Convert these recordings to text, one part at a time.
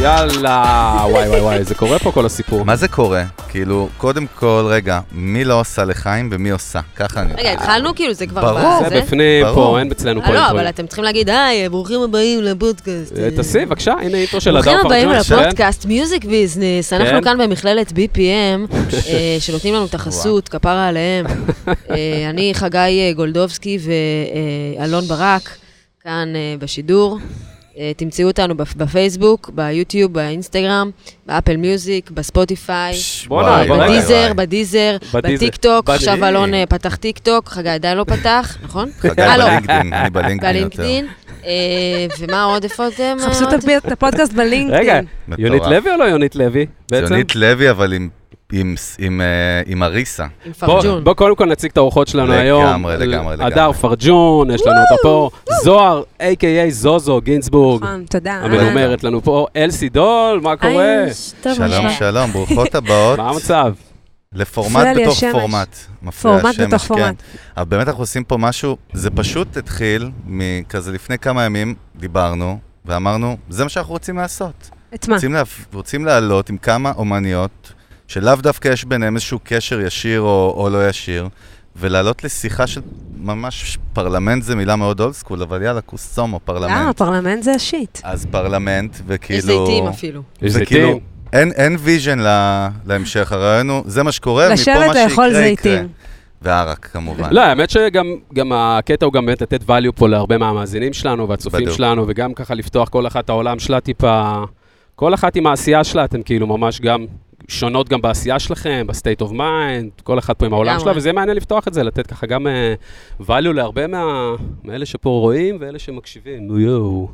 יאללה, וואי וואי וואי, זה קורה פה כל הסיפור. מה זה קורה? כאילו, קודם כל, רגע, מי לא עושה לחיים ומי עושה? ככה אני... רגע, התחלנו כאילו, זה כבר... ברור. בזה? זה בפנים ברור. פה, אין אצלנו אה, פה לא, אינטרו. אבל אתם צריכים להגיד, היי, ברוכים הבאים לפודקאסט. אה, תעשי, בבקשה, הנה אינטרו של ברוכים הדר הבאים פרג'ון. כן? לפודקאסט מיוזיק ביזנס, כן. אנחנו כאן במכללת BPM, אה, שנותנים לנו את החסות, כפרה עליהם. אה, אני חגי אה, גולדובסקי ואלון ברק, כאן אה, בשידור. אה, תמצאו אותנו בפ- בפייסבוק, ביוטיוב, באינסטגרם, באפל מיוזיק, בספוטיפיי. פש, בואנה, וואי, אבל וואי, אה, בדיזר, וואי. בדיזר, אה, בדיזר. בטיקטוק, עכשיו בדיזר. אלון אה, פתח טיקטוק, חגי עדיין לא פתח, נכון? חגי אה, לא, בלינקדאין, אני בלינקדאין יותר. בלינקדאין. אה, ומה עוד, איפה אתם? חפשו את עוד? הפי- את הפודקאסט כן. רגע, בלינקדאין. מטורף. יונית לוי או לא יונית לוי? בעצם? יונית לוי, אבל עם- עם ס- עם, אה, עם אריסה. עם בוא- פרג'ון. בוא קודם כל נציג את האורחות שלנו לגמרי, היום. לגמרי, לגמרי. הדר פרג'ון, יש לנו אותה פה. זוהר, a.k.a זוזו גינצבורג, נכון, תודה. אה, המלומרת לנו פה. אלסי דול, מה קורה? היי, טוב, שלום, מה שלומך? שלום, ברוכות הבאות. מה המצב? לפורמט מפריע לי בתוך השמש. פורמט. מפריע פורמט השמש, בתוך כן. פורמט. אבל באמת אנחנו עושים פה משהו, זה פשוט התחיל מכזה לפני כמה ימים, דיברנו, ואמרנו, זה מה שאנחנו רוצים לעשות. את מה? רוצים, לה... רוצים לעלות עם כמה אומניות, שלאו דווקא יש ביניהם איזשהו קשר ישיר או, או לא ישיר, ולעלות לשיחה של ממש, פרלמנט זה מילה מאוד אולד סקול, אבל יאללה, קוסומו, למה? פרלמנט. פרלמנט אה, זה השיט. אז פרלמנט, וכאילו... יש זיתים אפילו. יש זה זיתים. כאילו, אין, אין ויז'ן לה, להמשך, הרעיון הוא, זה מה שקורה, מפה מה לשבת שיקרה לאכול יקרה. זיתים. וערק, כמובן. לא, האמת שגם גם הקטע הוא גם באמת לתת value פה להרבה מהמאזינים שלנו והצופים בדיוק. שלנו, וגם ככה לפתוח כל אחת העולם שלה טיפה, כל אחת עם העשייה שלה, אתן כאילו ממש גם שונות גם בעשייה שלכם, בסטייט אוף מיינד, כל אחת פה עם העולם לגמרי. שלה, וזה מעניין לפתוח את זה, לתת ככה גם אה, value להרבה מה- מאלה שפה רואים ואלה שמקשיבים. נו יואו.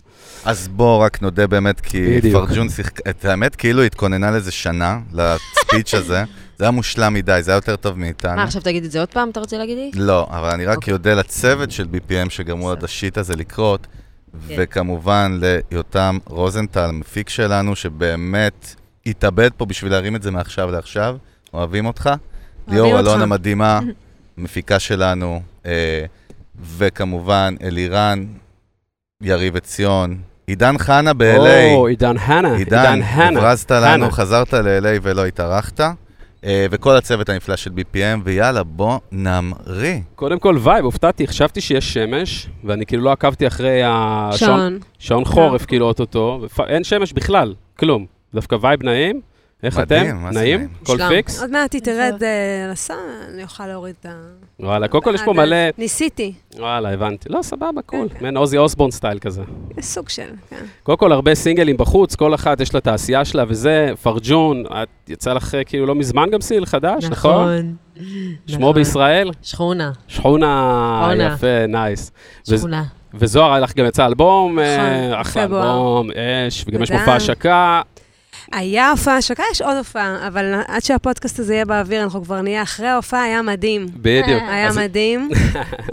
אז בוא רק נודה באמת, כי בדיוק. פרג'ון שיחק... את האמת, כאילו התכוננה לזה שנה, לספיץ' הזה. זה היה מושלם מדי, זה היה יותר טוב מאיתנו. מה, עכשיו תגיד את זה עוד פעם, אתה רוצה להגיד לי? לא, אבל אני רק אוקיי. יודע לצוות של BPM שגרמו עד השיט הזה לקרות, וכמובן ליותם רוזנטל, מפיק שלנו, שבאמת התאבד פה בשביל להרים את זה מעכשיו לעכשיו. אוהבים אותך. ליאור אותך. אלון המדהימה, מפיקה שלנו, אה, וכמובן אלירן, יריב עציון, עידן חנה ב-LA. או, עידן הנה. עידן, הברזת הנה. לנו, חזרת ל-LA ולא התארחת, אה, וכל הצוות הנפלא של BPM, ויאללה, בוא נמריא. קודם כל וייב, הופתעתי, חשבתי שיש שמש, ואני כאילו לא עקבתי אחרי השעון שעון. שעון לא. חורף כאילו אוטוטו, ופ- אין שמש בכלל, כלום. דווקא וייב נעים. איך מדהים, אתם? מה זה נעים? נעים. כל מושלם. פיקס? עוד מעט היא תרד אה, לסן, אני אוכל להוריד את ה... וואלה, קודם כל יש פה עד- מלא... ניסיתי. וואלה, הבנתי. לא, סבבה, קול. כן. מעין עוזי אוסבורן סטייל כזה. סוג של, כן. קודם כל, הרבה סינגלים בחוץ, כל אחת יש לה את העשייה שלה וזה. פרג'ון, את יצא לך אה, כאילו לא מזמן גם סינגל חדש, נכון? שמו נכון. בישראל? שכונה, שכונה, שכונה. יפה, נייס. וזה- שכונה. וזוהר, היה לך גם יצא אלבום, אה, נכון, אחלה פברואר. אלבום, אש, וגם יש תודה. מופע השקה. היה הופעה השקה, יש עוד הופעה, אבל עד שהפודקאסט הזה יהיה באוויר, אנחנו כבר נהיה אחרי ההופעה, היה מדהים. בדיוק. היה אז- מדהים,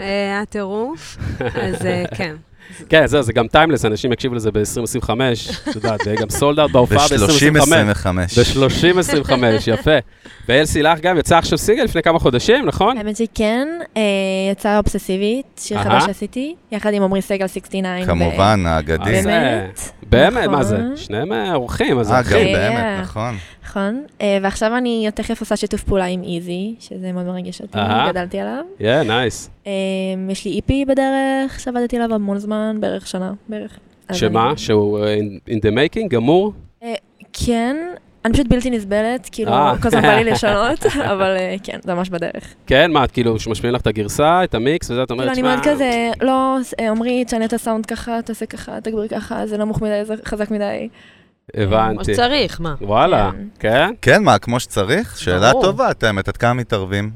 אה, היה טירוף, אז אה, כן. כן, זהו, זה גם טיימלס, אנשים יקשיבו לזה ב-2025, את יודעת, זה גם סולד אאוט בהופעה ב-2025. ב-30-25. ב-30-25, יפה. ואלסי לך גם יצא עכשיו סינגל לפני כמה חודשים, נכון? האמת שכן, אה, יצא אובססיבית, שיר אהה. חדש שעשיתי, יחד עם עמרי סגל 69. ו- כמובן, האגדי. אז, אה, באמת? באמת, נכון. מה זה? שניהם אה, אורחים, אז אה, גם אחי. כן. באמת, אה. נכון. נכון. אה, ועכשיו אני תכף עושה שיתוף פעולה עם איזי, שזה מאוד מרגש אותי, אהה. גדלתי עליו. יא, נייס. אה, יש לי איפי בדרך, שעבדתי עליו המון זמן, בערך שנה, בערך. אז שמה? אני- לא שהוא אה, in in the making? גמור? כן. אני פשוט בלתי נסבלת, כאילו, אה. כל הזמן בא לי לשנות, אבל אה, כן, זה ממש בדרך. כן, מה, את כאילו, שמשמיעים לך את הגרסה, את המיקס, וזה, את כאילו, אומרת, אני שמע, מאוד כזה, לא, אה, עמרי, תשנה את הסאונד ככה, תעשה ככה, תגביר ככה, זה נמוך מדי, זה חזק מדי. כמו הבנתי. שצריך, מה? וואלה, כן? כן, מה, כמו שצריך? שאלה ברור. טובה, את האמת, עד כמה מתערבים?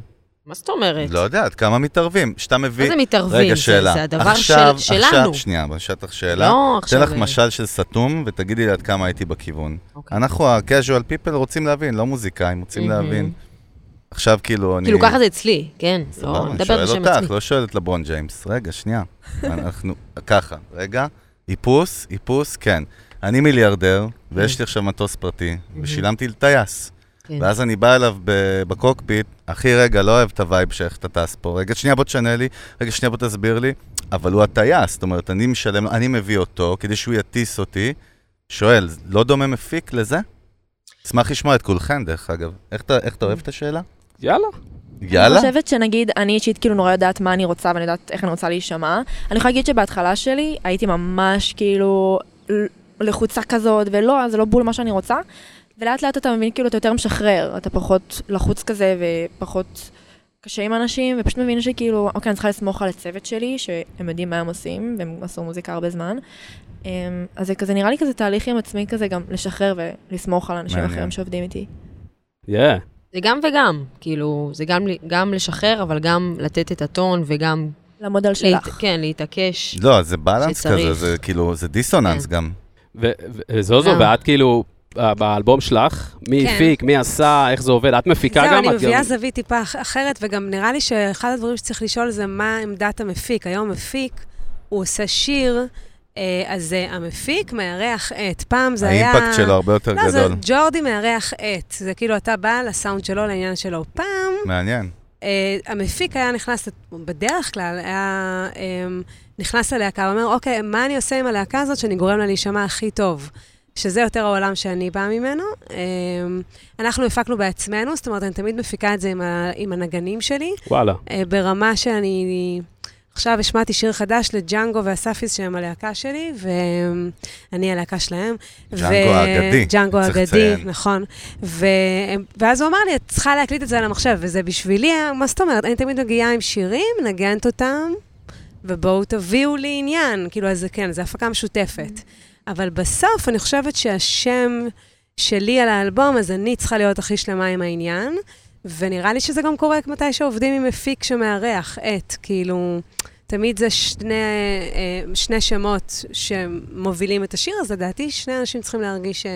מה זאת אומרת? לא יודע, עד כמה מתערבים? שאתה מה מביא... זה מתערבים? רגע, זה- שאלה. זה הדבר עכשיו- של- שלנו. עכשיו, שנייה, בשטח שאלה. לא, אתן עכשיו... לך אה, משל של סתום, ותגידי לי עד כמה הייתי בכיוון. אוקיי. אנחנו ה-casual people רוצים להבין, לא מוזיקאים, רוצים מהמם. להבין. עכשיו כאילו אני... כאילו, ככה זה אצלי, כן. סבבה, לא, אני אני מדברת שואל בשם אותך, עצמי. לא שואל את לברון ג'יימס. רגע, שנייה. אנחנו, ככה, רגע, איפוס, איפוס, כן. אני מיליארדר, ויש לי עכשיו מטוס פרטי, ושילמתי לטייס. כן. ואז אני בא אליו ב- בקוקפיט, אחי, רגע, לא אוהב את הווייב שאיך אתה טס פה. רגע, שנייה, בוא תשנה לי, רגע, שנייה, בוא תסביר לי. אבל הוא הטייס, זאת אומרת, אני משלם, אני מביא אותו כדי שהוא יטיס אותי, שואל, לא דומה מפיק לזה? אשמח לשמוע את כולכם, דרך אגב. איך אתה, איך אתה אוהב את השאלה? יאללה. יאללה? אני חושבת שנגיד, אני אישית כאילו נורא יודעת מה אני רוצה ואני יודעת איך אני רוצה להישמע. אני יכולה להגיד שבהתחלה שלי הייתי ממש כאילו ל- לחוצה כזאת, ולא, זה לא בול מה שאני רוצה. ולאט לאט אתה מבין כאילו אתה יותר משחרר, אתה פחות לחוץ כזה ופחות קשה עם אנשים, ופשוט מבין שכאילו, אוקיי, אני צריכה לסמוך על הצוות שלי, שהם יודעים מה הם עושים, והם עשו מוזיקה הרבה זמן. אמ, אז זה כזה נראה לי כזה תהליך עם עצמי כזה גם לשחרר ולסמוך על אנשים מעניין. אחרים שעובדים איתי. יא. זה גם וגם, כאילו, זה גם, ל- גם לשחרר, אבל גם לתת את הטון וגם... לעמוד על להת, שלך. כן, להתעקש. לא, זה בלנס שצריך. כזה, זה כאילו, זה דיסוננס כן. גם. ו- ו- וזוזו, גם. ואת כאילו, אה, באלבום שלך, מי כן. הפיק, מי עשה, איך זה עובד, את מפיקה זהו, גם? אני את גם- מביאה זווית טיפה אח- אחרת, וגם נראה לי שאחד הדברים שצריך לשאול זה מה עמדת המפיק. היום מפיק, הוא עושה שיר, אה, אז אה, המפיק מארח את. פעם זה היה... האימפקט שלו הרבה יותר לא, זה גדול. ג'ורדי מארח את. זה כאילו, אתה בא לסאונד שלו, לעניין שלו. פעם מעניין. אה, המפיק היה נכנס, בדרך כלל, היה אה, נכנס ללהקה, הוא אומר, אוקיי, מה אני עושה עם הלהקה הזאת שאני גורם לה להישמע הכי טוב? שזה יותר העולם שאני באה ממנו. אה, אנחנו הפקנו בעצמנו, זאת אומרת, אני תמיד מפיקה את זה עם, ה, עם הנגנים שלי, וואלה. אה, ברמה שאני... עכשיו השמעתי שיר חדש לג'אנגו והסאפיס, שהם הלהקה שלי, ואני הלהקה שלהם. ג'אנגו האגדי, ג'אנגו צריך האגדי, לציין. נכון. ו... ואז הוא אמר לי, את צריכה להקליט את זה על המחשב, וזה בשבילי, מה זאת אומרת? אני תמיד מגיעה עם שירים, נגנת אותם, ובואו תביאו לי עניין. כאילו, אז זה כן, זו הפקה משותפת. אבל בסוף אני חושבת שהשם שלי על האלבום, אז אני צריכה להיות הכי שלמה עם העניין, ונראה לי שזה גם קורה מתי שעובדים עם מפיק שמארח את, כאילו... תמיד זה שני, אה, שני שמות שמובילים את השיר, אז לדעתי שני אנשים צריכים להרגיש... אה,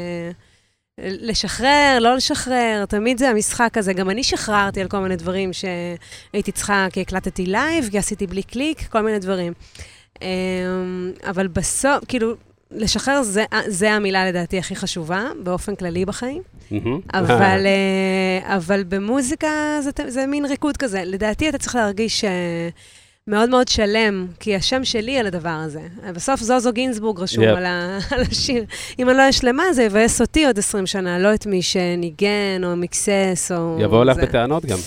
לשחרר, לא לשחרר, תמיד זה המשחק הזה. גם אני שחררתי על כל מיני דברים שהייתי צריכה, כי הקלטתי לייב, כי עשיתי בלי קליק, כל מיני דברים. אמ, אבל בסוף, כאילו, לשחרר זה, זה המילה לדעתי הכי חשובה, באופן כללי בחיים. מהמם. אבל, אה, אבל במוזיקה זה, ת- זה מין ריקוד כזה. לדעתי אתה צריך להרגיש אה, מאוד מאוד שלם, כי השם שלי על הדבר הזה. אה, בסוף זוזו גינזבורג רשום Yep. על, ה, על השיר. אם אני לא אהיה שלמה, זה יבאס אותי עוד 20 שנה, לא את מי שניגן או מיקסס או... יבואו אה, לך זה. בטענות גם.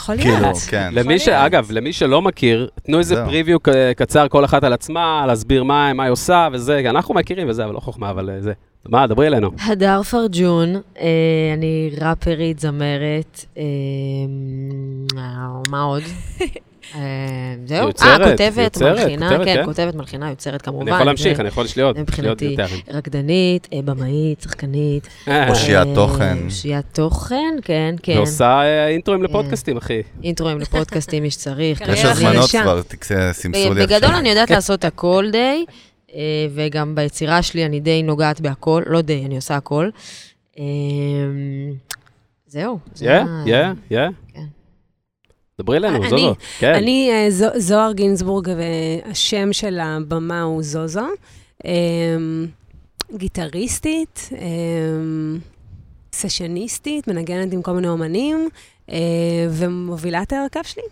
יכול כאילו, להיות. כן. למי ש... להיות. אגב, למי שלא מכיר, תנו איזה זהו. פריוויו ק- קצר כל אחת על עצמה, להסביר מה מה היא עושה וזה, כי אנחנו מכירים וזה, אבל לא חוכמה, אבל אה, זה. מה, דברי אלינו. הדר פרג'ון, אה, אני ראפרית, זמרת, אה, מה עוד? אה, זהו, יוצרת, אה, כותבת, יוצרת, מלחינה, כותבת, כן, כן. כותבת, מלחינה, יוצרת כמובן. אני יכול זה להמשיך, אני יכול, יש לי עוד. יש לי עוד מבחינתי. יותר. רקדנית, אה, במאית, שחקנית. אה, אושיית אה, תוכן. אושיית תוכן, כן, כן. ועושה אה, אינטרואים כן. לפודקאסטים, אחי. אה, אינטרואים לפודקאסטים, מי שצריך. יש יש יאללה, הזמנות לשם. כבר, תקס- סימסו לי כן, בגדול עכשיו. אני יודעת לעשות הכל די, אה, וגם ביצירה שלי אני די נוגעת בהכל, לא די, אני עושה הכל. אה, זהו. זה יא, ה- יא, יא. כן. דברי אלינו, אה, אני- זוזו. כן. אני אה, זו- זוהר גינזבורג, והשם של הבמה הוא זוזו. אה, גיטריסטית, אה, סשניסטית, מנגנת עם כל מיני אומנים, אה, ומובילה את ההרכב שלי.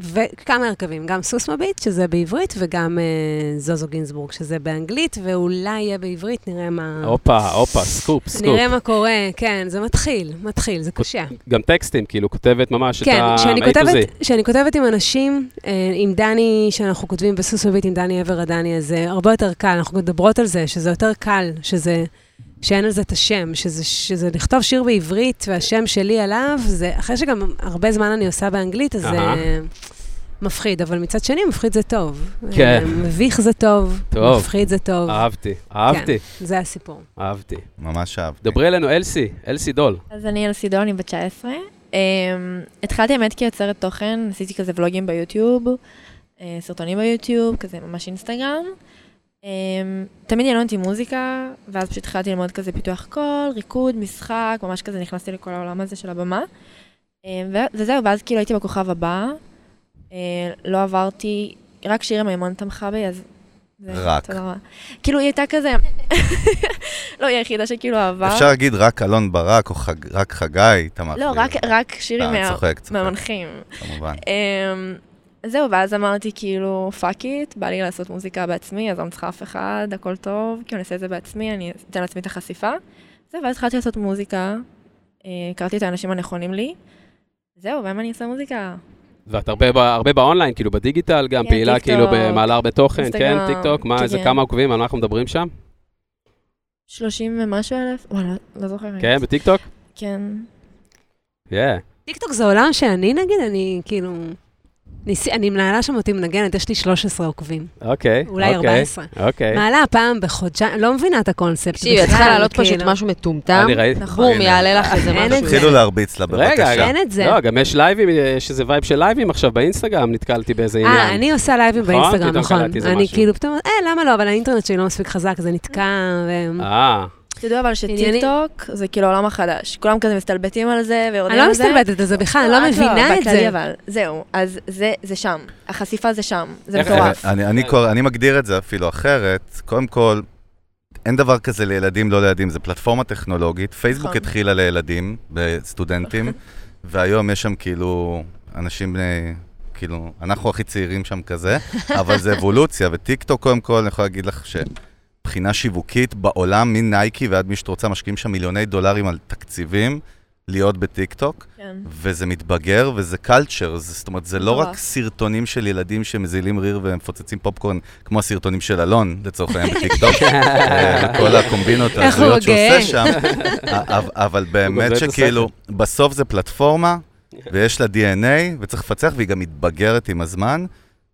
וכמה הרכבים, גם סוס מביט, שזה בעברית, וגם אה, זוזו גינזבורג, שזה באנגלית, ואולי יהיה בעברית, נראה מה... הופה, הופה, סקופ, סקופ. נראה מה קורה, כן, זה מתחיל, מתחיל, זה קשה. גם טקסטים, כאילו, כותבת ממש את כן, ה... כשאני מה-A to כותבת, Z. כשאני כותבת עם אנשים, אה, עם דני, שאנחנו כותבים בסוסוביט עם דני עבר הדני, אז זה הרבה יותר קל, אנחנו מדברות על זה, שזה יותר קל, שזה, שאין על זה את השם, שזה, שזה לכתוב שיר בעברית והשם שלי עליו, זה, אחרי שגם הרבה זמן אני עושה באנגלית, אז זה אהה. מפחיד, אבל מצד שני, מפחיד זה טוב. כן. אה, מביך זה טוב, טוב. אה. מפחיד זה טוב. אהבתי, אהבתי, זה הסיפור. אהבתי. ממש אהבתי. דברי אלינו, אלסי, אלסי דול. אז אני אלסידו, אני בת 19. Um, התחלתי האמת כיוצרת תוכן, עשיתי כזה ולוגים ביוטיוב, uh, סרטונים ביוטיוב, כזה ממש אינסטגרם. Um, תמיד עניין אותי מוזיקה, ואז פשוט התחלתי ללמוד כזה פיתוח קול, ריקוד, משחק, ממש כזה נכנסתי לכל העולם הזה של הבמה. Um, ו- וזהו, ואז כאילו הייתי בכוכב הבא, uh, לא עברתי, רק שירי מימון תמכה בי, אז... זה- רק. תודה רבה. כאילו היא הייתה כזה, לא, היא היחידה שכאילו אהבה. אפשר להגיד רק אלון ברק, או חג- רק חגי, תמך. לא, בי. רק, רק שירים לא, אני מה... צוחק, צוחק, מהמנחים. כמובן. אמ, זהו, ואז אמרתי כאילו, פאק איט, בא לי לעשות מוזיקה בעצמי, אז אני לא צריכה אף אחד, הכל טוב, כאילו אני אעשה את זה בעצמי, אני אתן לעצמי את החשיפה. זהו, ואז התחלתי לעשות מוזיקה, אה, הכרתי את האנשים הנכונים לי, זהו, והיום אני עושה מוזיקה. ואת הרבה, ב- הרבה באונליין, כאילו בדיגיטל, גם כן, פעילה, טיקטוק, כאילו, מעלה הרבה תוכן, כן, אינסטגרם, טיק טוק, מה, איזה כן. כמה עוקבים, על מה אנחנו מדברים שם? 30 ומשהו אלף, וואלה, לא זוכרת. כן, בטיק טוק? כן. כן. טיקטוק זה עולם שאני, נגיד, אני כאילו... ניסי, אני מנהלה שם אותי מנגנת, יש לי 13 עוקבים, אוקיי, אולי אוקיי, 14. אוקיי. מעלה פעם בחודשיים, לא מבינה את הקונספט בכלל. תקשיבי, את צריכה להעלות פשוט כאילו. משהו מטומטם, אני ראיתי. נכון, בום, הנה. לא יעלה לך איזה אין את משהו. זה. התחילו להרביץ לה, רגע, בבקשה. אין את זה. לא, גם יש לייבים, יש איזה וייב של לייבים עכשיו באינסטגרם, נתקלתי באיזה עניין. אה, אני עושה לייבים נכון, באינסטגרם, פתאום נכון. קלטתי איזה אני משהו. כאילו פתאום, אה, למה לא, אבל האינטרנט שלי לא מספיק חזק, זה נתקע, ו... אה, תדעו אבל שטיקטוק זה כאילו העולם החדש, כולם כזה מסתלבטים על זה אני ויורדים לא על זה. מסתלבטת על זה בכלל, אני לא את מבינה את בכללי זה. אבל, זהו, אז זה, זה שם, החשיפה זה שם, זה איך- מטורף. אני, אני, קורא, אני מגדיר את זה אפילו אחרת. קודם כל, אין דבר כזה לילדים לא לילדים, זה פלטפורמה טכנולוגית. פייסבוק נכון. התחילה לילדים, לסטודנטים, והיום יש שם כאילו אנשים בני... כאילו, אנחנו הכי צעירים שם כזה, אבל זה אבולוציה, וטיק טוק קודם כל, אני יכול להגיד לך שמבחינה שיווקית בעולם, מנייקי ועד מי שאת רוצה, משקיעים שם מיליוני דולרים על תקציבים להיות בטיק טוק. כן. וזה מתבגר, וזה קלצ'ר, זאת אומרת, זה לא נורא. רק סרטונים של ילדים שמזילים ריר ומפוצצים פופקורן, כמו הסרטונים של אלון, לצורך העניין בטיקטוק, אה, וכל הקומבינות הוא ההזויות שהוא גאה. עושה שם, א- אב- אבל גוזל באמת את שכאילו, בסוף זה פלטפורמה, ויש לה DNA, וצריך לפצח, והיא גם מתבגרת עם הזמן.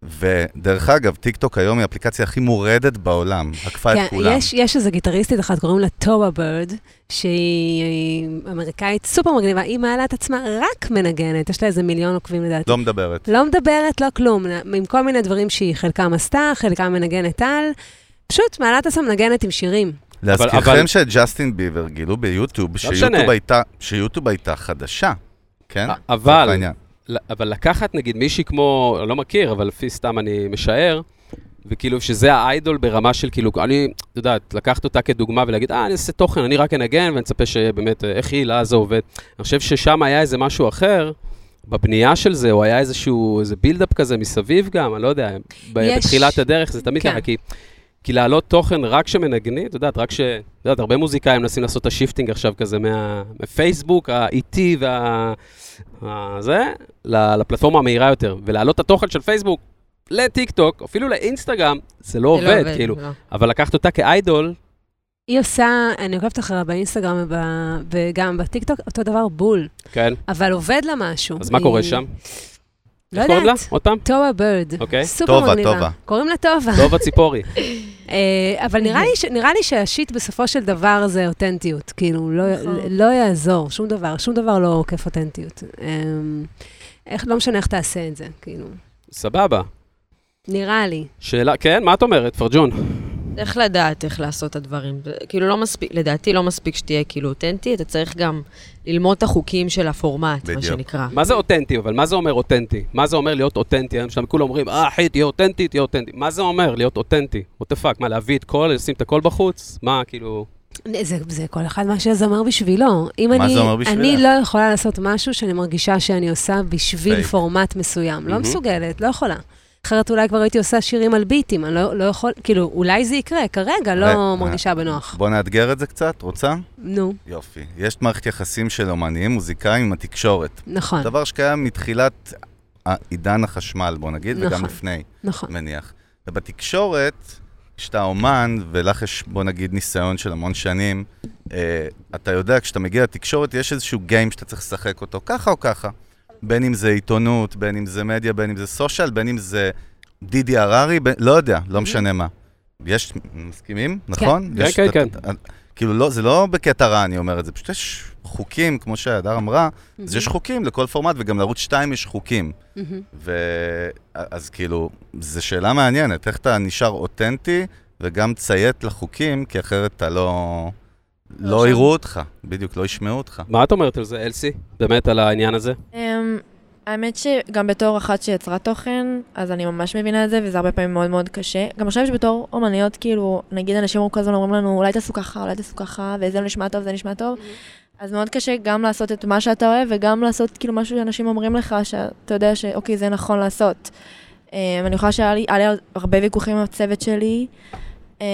ודרך אגב, טיקטוק היום היא האפליקציה הכי מורדת בעולם, עקפה את כן, כולם. יש- יש איזו גיטריסטית אחת, קוראים לה טובה בירד, שהיא היא אמריקאית סופר מגניבה, היא מעלה את עצמה רק מנגנת, יש לה איזה מיליון עוקבים לדעתי. לא מדברת. לא מדברת, לא כלום, עם כל מיני דברים שהיא חלקם עשתה, חלקם מנגנת על, פשוט מעלה את עצמה מנגנת עם שירים. להזכירכם אבל- לא שג'סטין ביבר גילו ביוטיוב, שיוטיוב משנה. הייתה- שיוטיוב הייתה חדשה, כן? א- אבל- לצורך העניין. ל- אבל לקחת נגיד מישהי כמו, אני לא מכיר, אבל לפי סתם אני משער, וכאילו שזה האיידול ברמה של כאילו, אני, את יודעת, לקחת אותה כדוגמה ולהגיד, אה, אני אעשה תוכן, אני רק אנגן, ואני מצפה שבאמת, אה, איך היא, לה זה עובד. אני חושב ששם היה איזה משהו אחר. בבנייה של זה, או היה איזשהו, איזה בילדאפ כזה מסביב גם, אני לא יודע, ב- יש. בתחילת הדרך, זה תמיד כן. ככה, כי, כי להעלות תוכן רק שמנגנים, את יודעת, רק ש... את יודעת, הרבה מוזיקאים מנסים לעשות את השיפטינג עכשיו כזה מה- מהפייסבוק, האיטי וה... ה- זה, ל- לפלטפורמה המהירה יותר, ולהעלות את התוכן של פייסבוק לטיק טוק, אפילו לאינסטגרם, זה לא זה לא עובד, כאילו. לא. אבל לקחת אותה כאיידול, היא עושה, אני עוקבת אחריה באינסטגרם וב- וגם בטיקטוק, אותו דבר בול, כן, אבל עובד לה משהו. אז מה היא- קורה שם? לא איך קוראים לה? יודעת. עוד פעם? טובה בירד, אוקיי. סופר טובה, מגניבה. טובה. קוראים לה טובה. טובה ציפורי. אה, אבל נראה לי, ש, נראה לי שהשיט בסופו של דבר זה אותנטיות. כאילו, לא, נכון. לא יעזור, שום דבר, שום דבר לא עוקף אותנטיות. אמ, איך, לא משנה איך תעשה את זה, כאילו. סבבה. נראה לי. שאלה, כן, מה את אומרת, פרג'ון? איך לדעת איך לעשות את הדברים? זה- כאילו, לא מספיק, לדעתי לא מספיק שתהיה כאילו אותנטי, אתה צריך גם ללמוד את החוקים של הפורמט, מה בדיוק. שנקרא. מה זה אותנטי, אבל מה זה אומר אותנטי? מה זה אומר להיות אותנטי? היום שם כולם אומרים, אה, אחי, תהיה אותנטי, תהיה אותנטי. מה זה אומר להיות אותנטי? what the fuck, מה, להביא את כל, לשים את הכל בחוץ? מה, כאילו... זה, זה כל אחד מה שהזמר בשבילו. אם מה אני, זה אומר בשבילך? אני לא יכולה לעשות משהו שאני מרגישה שאני עושה בשביל פייק. פורמט מסוים. לא Mm-hmm. מהמם. מסוגלת, לא יכולה. אחרת אולי כבר הייתי עושה שירים על ביטים, אני לא, לא יכול, כאילו, אולי זה יקרה, כרגע לא אה, מרגישה בנוח. בוא נאתגר את זה קצת, רוצה? נו, יופי. יש מערכת יחסים של אומנים, מוזיקאים עם התקשורת. נכון, דבר שקיים מתחילת ה- עידן החשמל, בוא נגיד, וגם נכון. לפני, נכון. מניח. ובתקשורת, כשאתה אומן, ולך יש, בוא נגיד, ניסיון של המון שנים, אה, אתה יודע, כשאתה מגיע לתקשורת, יש איזשהו גיים שאתה צריך לשחק אותו, ככה או ככה. בין אם זה עיתונות, בין אם זה מדיה, בין אם זה סושיאל, בין אם זה דידי הררי, ב... לא יודע, לא משנה מה. יש, מסכימים? נכון? כן, יש כן, את- כן. את- כאילו, לא, זה לא בקטע רע, אני אומר את זה, פשוט יש חוקים, כמו שהדר אמרה, אז יש חוקים לכל פורמט, וגם לערוץ 2 יש חוקים. מהמם. ואז כאילו, זו שאלה מעניינת, איך אתה נשאר אותנטי וגם ציית לחוקים, כי אחרת אתה לא... לא שם. יראו אותך, בדיוק, לא ישמעו אותך. מה את אומרת על זה, אלסי? באמת, על העניין הזה? אמ, האמת שגם בתור אחת שיצרה תוכן, אז אני ממש מבינה את זה, וזה הרבה פעמים מאוד מאוד קשה. גם עכשיו יש בתור אומניות, כאילו, נגיד אנשים כל הזמן אומרים לנו, אולי תעשו ככה, אולי תעשו ככה, וזה לא נשמע טוב, זה נשמע טוב. אז מאוד קשה גם לעשות את מה שאתה אוהב, וגם לעשות כאילו משהו שאנשים אומרים לך, שאתה יודע שאוקיי, זה נכון לעשות. אמ, אני יכולה שהיה לי, היה לי הרבה ויכוחים עם הצוות שלי. אמ,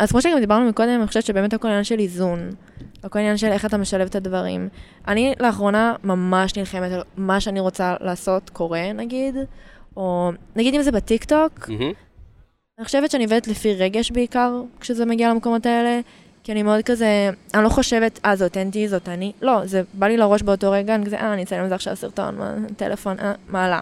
אז כמו שגם דיברנו מקודם, אני חושבת שבאמת הכל עניין של איזון. הכל עניין של איך אתה משלב את הדברים. אני לאחרונה ממש נלחמת על מה שאני רוצה לעשות קורה, נגיד, או נגיד אם זה בטיקטוק, מהמם. אני חושבת שאני עובדת לפי רגש בעיקר, כשזה מגיע למקומות האלה, כי אני מאוד כזה, אני לא חושבת, אה, זה אותנטי, זאת אני. לא, זה בא לי לראש באותו רגע, אני כזה, אה, אני אצלם את זה עכשיו סרטון, מה, טלפון, אה, מעלה.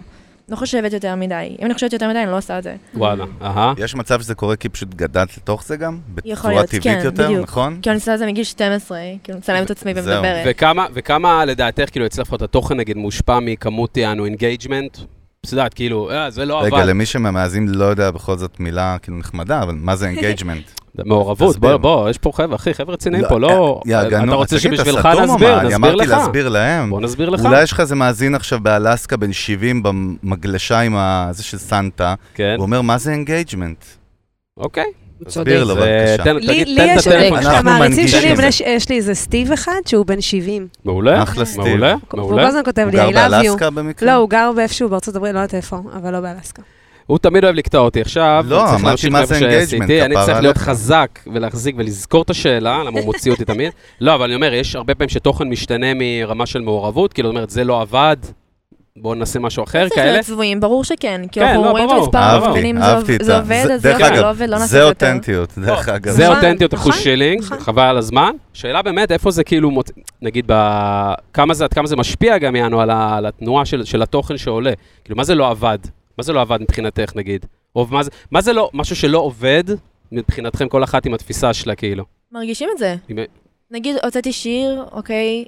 לא חושבת יותר מדי. אם אני חושבת יותר מדי, אני לא עושה את זה. וואלה, אהה. יש מצב שזה קורה כי פשוט גדלת לתוך זה גם? בצורה להיות, טבעית כן, יותר, בדיוק. נכון? כאילו, אני עושה את זה מגיל 12, כאילו, מצלמת את עצמי זהו. ומדברת. וכמה, וכמה לדעתך, כאילו, אצלך לפחות התוכן, נגיד, מושפע מכמות, יענו, אינגייג'מנט? את יודעת, כאילו, אה, זה לא רגע, עבד. למי שמהמאזין לא יודע בכל זאת מילה כאילו נחמדה, אבל מה זה אינגייג'מנט? מעורבות, תסביר. אה, בוא, בוא, יש פה חבר'ה, אחי, חבר'ה רציניים פה, לא... אתה רוצה שבשבילך נסביר, אני נסביר אמרתי לך. להסביר להם. בוא נסביר לך. אולי יש לך איזה מאזין עכשיו באלסקה בן 70 במגלשה עם ה- זה של סנטה, כן, הוא אומר, מה זה אינגייג'מנט? אוקיי. הוא תסביר צודק. לו אז, בבקשה. תן- לי תגיד, לי תן את יש הטלפון אנחנו שלך. המעריצים מנגישים שלי, את זה. יש- יש לי איזה סטיב אחד שהוא בן 70. מעולה, אחלה סטיב. מעולה, הוא כל מעולה. הזמן כותב הוא לי, גר I love you. באלסקה במקרה? לא, הוא גר באיפשהו בארצות הברית, לא יודעת איפה, אבל לא באלסקה. הוא תמיד אוהב לקטוע אותי עכשיו. לא, אני צריך אמרתי להמשיך מה מאיפה זה שעשיתי, engagement, E אני כפרה צריך להיות עליך. חזק ולהחזיק ולזכור את השאלה, למה הוא מוציא אותי תמיד. לא, אבל אני אומר, יש הרבה פעמים שתוכן משתנה מרמה של מעורבות, כאילו, זאת אומרת, זה לא עבד, בואו ננסה משהו אחר, צריך כאלה. להיות צבועים, ברור שכן. כאילו, כן, אנחנו לא, רואים את ברור. המספר, אנחנו אהבתי, מבינים, זה אהבתי עוב- את זה עובד, אז דרך יופי, אגב, לא עובד, לא נעשה זה את זה יותר. אותנטיות, דרך אגב. זה נכון, אותנטיות, נכון, החוש שלי, נכון. חבל על הזמן. שאלה באמת, איפה זה כאילו, מוצ- נגיד, ב- כמה זה- עד כמה זה משפיע גם יענו על ה- על התנועה של של התוכן שעולה. כאילו, מה זה לא עבד? מה זה לא עבד מבחינתך, נגיד? או מה זה- מה זה לא, משהו שלא עובד מבחינתכם, כל אחת עם התפיסה שלה, כאילו. מרגישים את זה. אם- נגיד, הוצאתי שיר, אוקיי,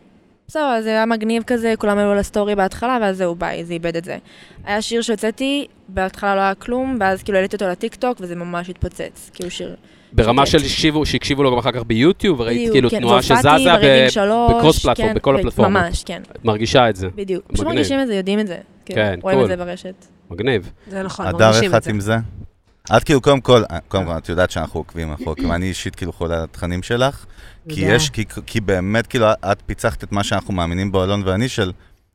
בסדר, זה היה מגניב כזה, כולם עלו לסטורי בהתחלה, ואז זהו, ביי, זה איבד את זה. היה שיר שהוצאתי, בהתחלה לא היה כלום, ואז כאילו העליתי אותו לטיקטוק, וזה ממש התפוצץ. כאילו שיר... ברמה של אוקיי. שקט. שהקשיבו, שהקשיבו לו גם אחר כך ביוטיוב, וראית בדיוק, כאילו כן, תנועה והופעתי שזזה, ברגל ב- שלוש, בקרוס פלטפורם, כן, בכל ב- הפלטפורמות. ממש, כן, את מרגישה את זה. בדיוק. פשוט מגניב. מרגישים את זה, יודעים את זה. כאילו, כן, רואים את קול. זה ברשת. מגניב. זה נכון, הדר, מרגישים איך את את זה. עם זה? את כאילו, קודם כל, קודם כל, את יודעת שאנחנו עוקבים, אנחנו עוקבים, אני אישית כאילו חולה על התכנים שלך, כי תודה. יש, כי- כי באמת, כאילו, את פיצחת את מה שאנחנו מאמינים בו, אלון ואני, של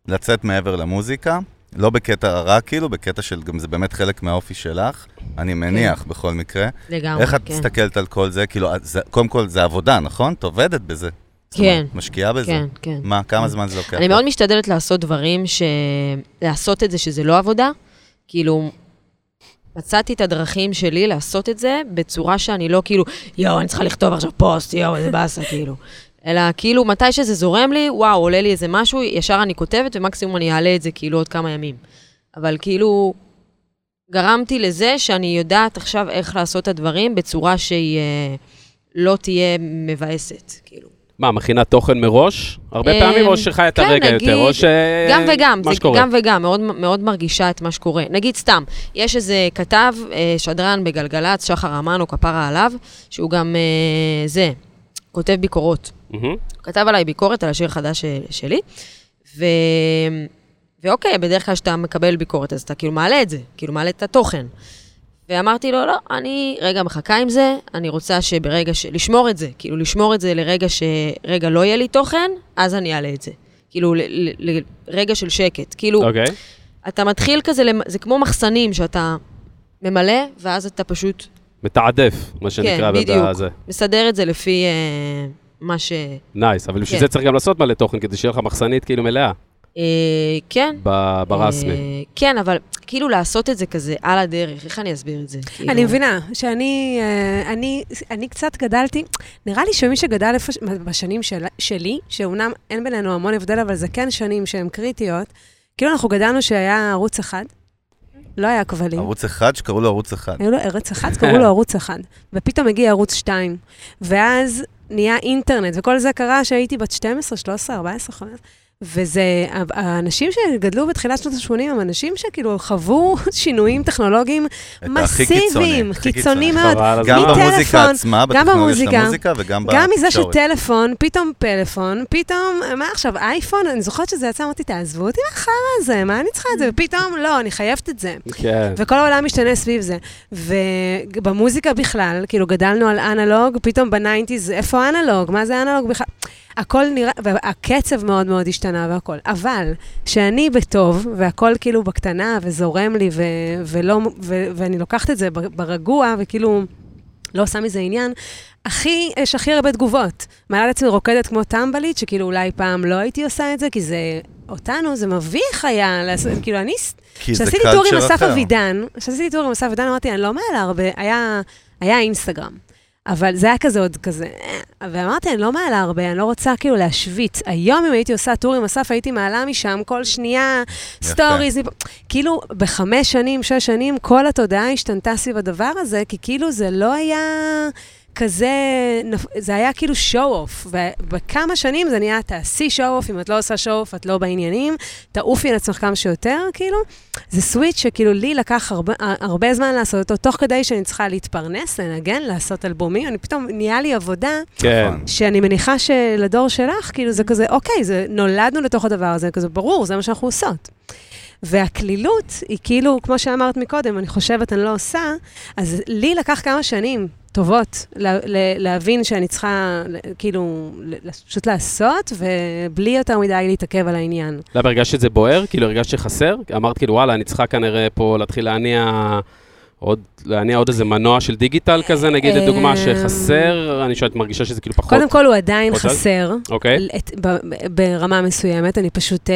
לצאת מעבר למוזיקה, לא בקטע רע, כאילו, בקטע של, גם זה באמת חלק מהאופי שלך, אני מניח, בכל מקרה. לגמרי, איך את כן. מסתכלת על כל זה? כאילו, את- זה- קודם כל, זה עבודה, נכון? את עובדת בזה. זאת אומרת, כן. משקיעה בזה. כן, כן. מה, כמה זמן זה לוקח? אני מאוד משתדלת לעשות דברים ש... לעשות את זה שזה לא עבודה. כאילו, מצאתי את הדרכים שלי לעשות את זה בצורה שאני לא כאילו, יואו, אני צריכה לכתוב עכשיו פוסט, יואו, איזה באסה, כאילו. אלא כאילו, מתי שזה זורם לי, וואו, עולה לי איזה משהו, ישר אני כותבת, ומקסימום אני אעלה את זה כאילו עוד כמה ימים. אבל כאילו, גרמתי לזה שאני יודעת עכשיו איך לעשות את הדברים בצורה שהיא אה, לא תהיה מבאסת, כאילו. מה, מכינה תוכן מראש? הרבה אה, פעמים, או שחי את כן, הרגע נגיד, יותר, או ש... גם וגם, מה זה שקורה. גם וגם, מאוד, מאוד מרגישה את מה שקורה. נגיד סתם, יש איזה כתב, אה, שדרן בגלגלצ, שחר אמנו, כפרה עליו, שהוא גם אה, זה, כותב ביקורות. מהמם. הוא כתב עליי ביקורת על השיר החדש ש- שלי, ו... ואוקיי, בדרך כלל כשאתה מקבל ביקורת, אז אתה כאילו מעלה את זה, כאילו מעלה את התוכן. ואמרתי לו, לא, אני רגע מחכה עם זה, אני רוצה שברגע ש... לשמור את זה, כאילו לשמור את זה לרגע שרגע לא יהיה לי תוכן, אז אני אעלה את זה. כאילו, ל- ל- לרגע של שקט. כאילו, אוקיי. אתה מתחיל כזה, למ- זה כמו מחסנים שאתה ממלא, ואז אתה פשוט מתעדף, מה שנקרא, כן, בדיוק. בזה. מסדר את זה לפי אה, מה ש... נייס, אבל בשביל כן. זה צריך גם לעשות מלא תוכן, כדי שיהיה לך מחסנית כאילו מלאה, אה, כן. ב- ברסמי. אה, כן, אבל כאילו לעשות את זה כזה על הדרך, איך אני אסביר את זה? כאילו, אני מבינה, שאני אה, אני, אני קצת גדלתי, נראה לי שמי שגדל איפה, ש- בשנים של, שלי, שאומנם אין בינינו המון הבדל, אבל זה כן שנים שהן קריטיות, כאילו אנחנו גדלנו שהיה ערוץ אחד, לא היה כבלים. ערוץ אחד שקראו לו ערוץ אחד. היו לו ארץ אחת, קראו לו ערוץ אחד. ופתאום הגיע ערוץ שתיים. ואז נהיה אינטרנט, וכל זה קרה כשהייתי בת 12, 13, 14, 15. וזה, ה- האנשים שגדלו בתחילת שנות ה-80 הם אנשים שכאילו חוו שינויים טכנולוגיים את הכי קיצוני, מסיביים, הכי קיצוניים אה, קיצוני. מאוד. חבל על גם לא. הזמן. מטלפון, במוזיקה עצמה, כן. בטכנולוגיה גם של במוזיקה, המוזיקה וגם בתקשורת. גם מזה שטלפון, פתאום פלאפון, פתאום, מה עכשיו, אייפון? אני זוכרת שזה יצא, אמרתי, תעזבו אותי מהחרא הזה, מה אני צריכה את זה? ופתאום, לא, אני חייבת את זה. כן. וכל העולם משתנה סביב זה. ובמוזיקה בכלל, כאילו גדלנו על אנלוג, פתאום בניינטיז, איפה אנלוג? מה זה אנלוג בכלל? הכל נראה, והקצב מאוד מאוד השתנה והכל. אבל, שאני בטוב, והכל כאילו בקטנה וזורם לי, ו, ולא, ו, ואני לוקחת את זה בר- ברגוע, וכאילו לא עושה מזה עניין, הכי, יש הכי הרבה תגובות. מעלה לעצמי רוקדת כמו טמבלית, שכאילו אולי פעם לא הייתי עושה את זה, כי זה... אותנו, זה מביך היה, לעשות, כאילו אני ס- כי זה כשעשיתי טור עם culture אסף אחר. אבידן, כשעשיתי טור עם אסף אבידן, אמרתי, אני לא מעלה הרבה, היה, היה אינסטגרם. אבל זה היה כזה עוד כזה, אה, ואמרתי, אני לא מעלה הרבה, אני לא רוצה כאילו להשוויץ. היום אם הייתי עושה טור עם אסף, הייתי מעלה משם כל שנייה, סטוריז, מפה. כאילו, בחמש שנים, שש שנים, כל התודעה השתנתה סביב הדבר הזה, כי כאילו זה לא היה כזה, נפ- זה היה כאילו שואו-אוף, ובכמה שנים זה נהיה תעשי שואו-אוף, אם את לא עושה שואו-אוף, את לא בעניינים, תעופי על עצמך כמה שיותר, כאילו. זה סוויץ' שכאילו לי לקח הרבה, אה, הרבה זמן לעשות אותו, תוך כדי שאני צריכה להתפרנס, לנגן, לעשות אלבומים, אני פתאום, נהיה לי עבודה כן. נכון. שאני מניחה שלדור שלך, כאילו זה כזה, אוקיי, זה, נולדנו לתוך הדבר הזה, כזה ברור, זה מה שאנחנו עושות. והקלילות היא כאילו, כמו שאמרת מקודם, אני חושבת, אני לא עושה, אז לי לקח כמה שנים טובות לה, לה, להבין שאני צריכה, ל- כאילו, ל- פשוט לעשות, ובלי יותר מדי להתעכב על העניין. למה הרגשת את זה בוער? כאילו הרגשת שחסר? אמרת כאילו, וואלה, אני צריכה כנראה פה להתחיל להניע עוד, להניע עוד איזה מנוע של דיגיטל כזה, נגיד, אה, לדוגמה, שחסר? אני שואלת, מרגישה שזה כאילו פחות? קודם כל, הוא עדיין עוד אז? חסר. אוקיי. את, ב, ב- ברמה מסוימת, אני פשוט אה,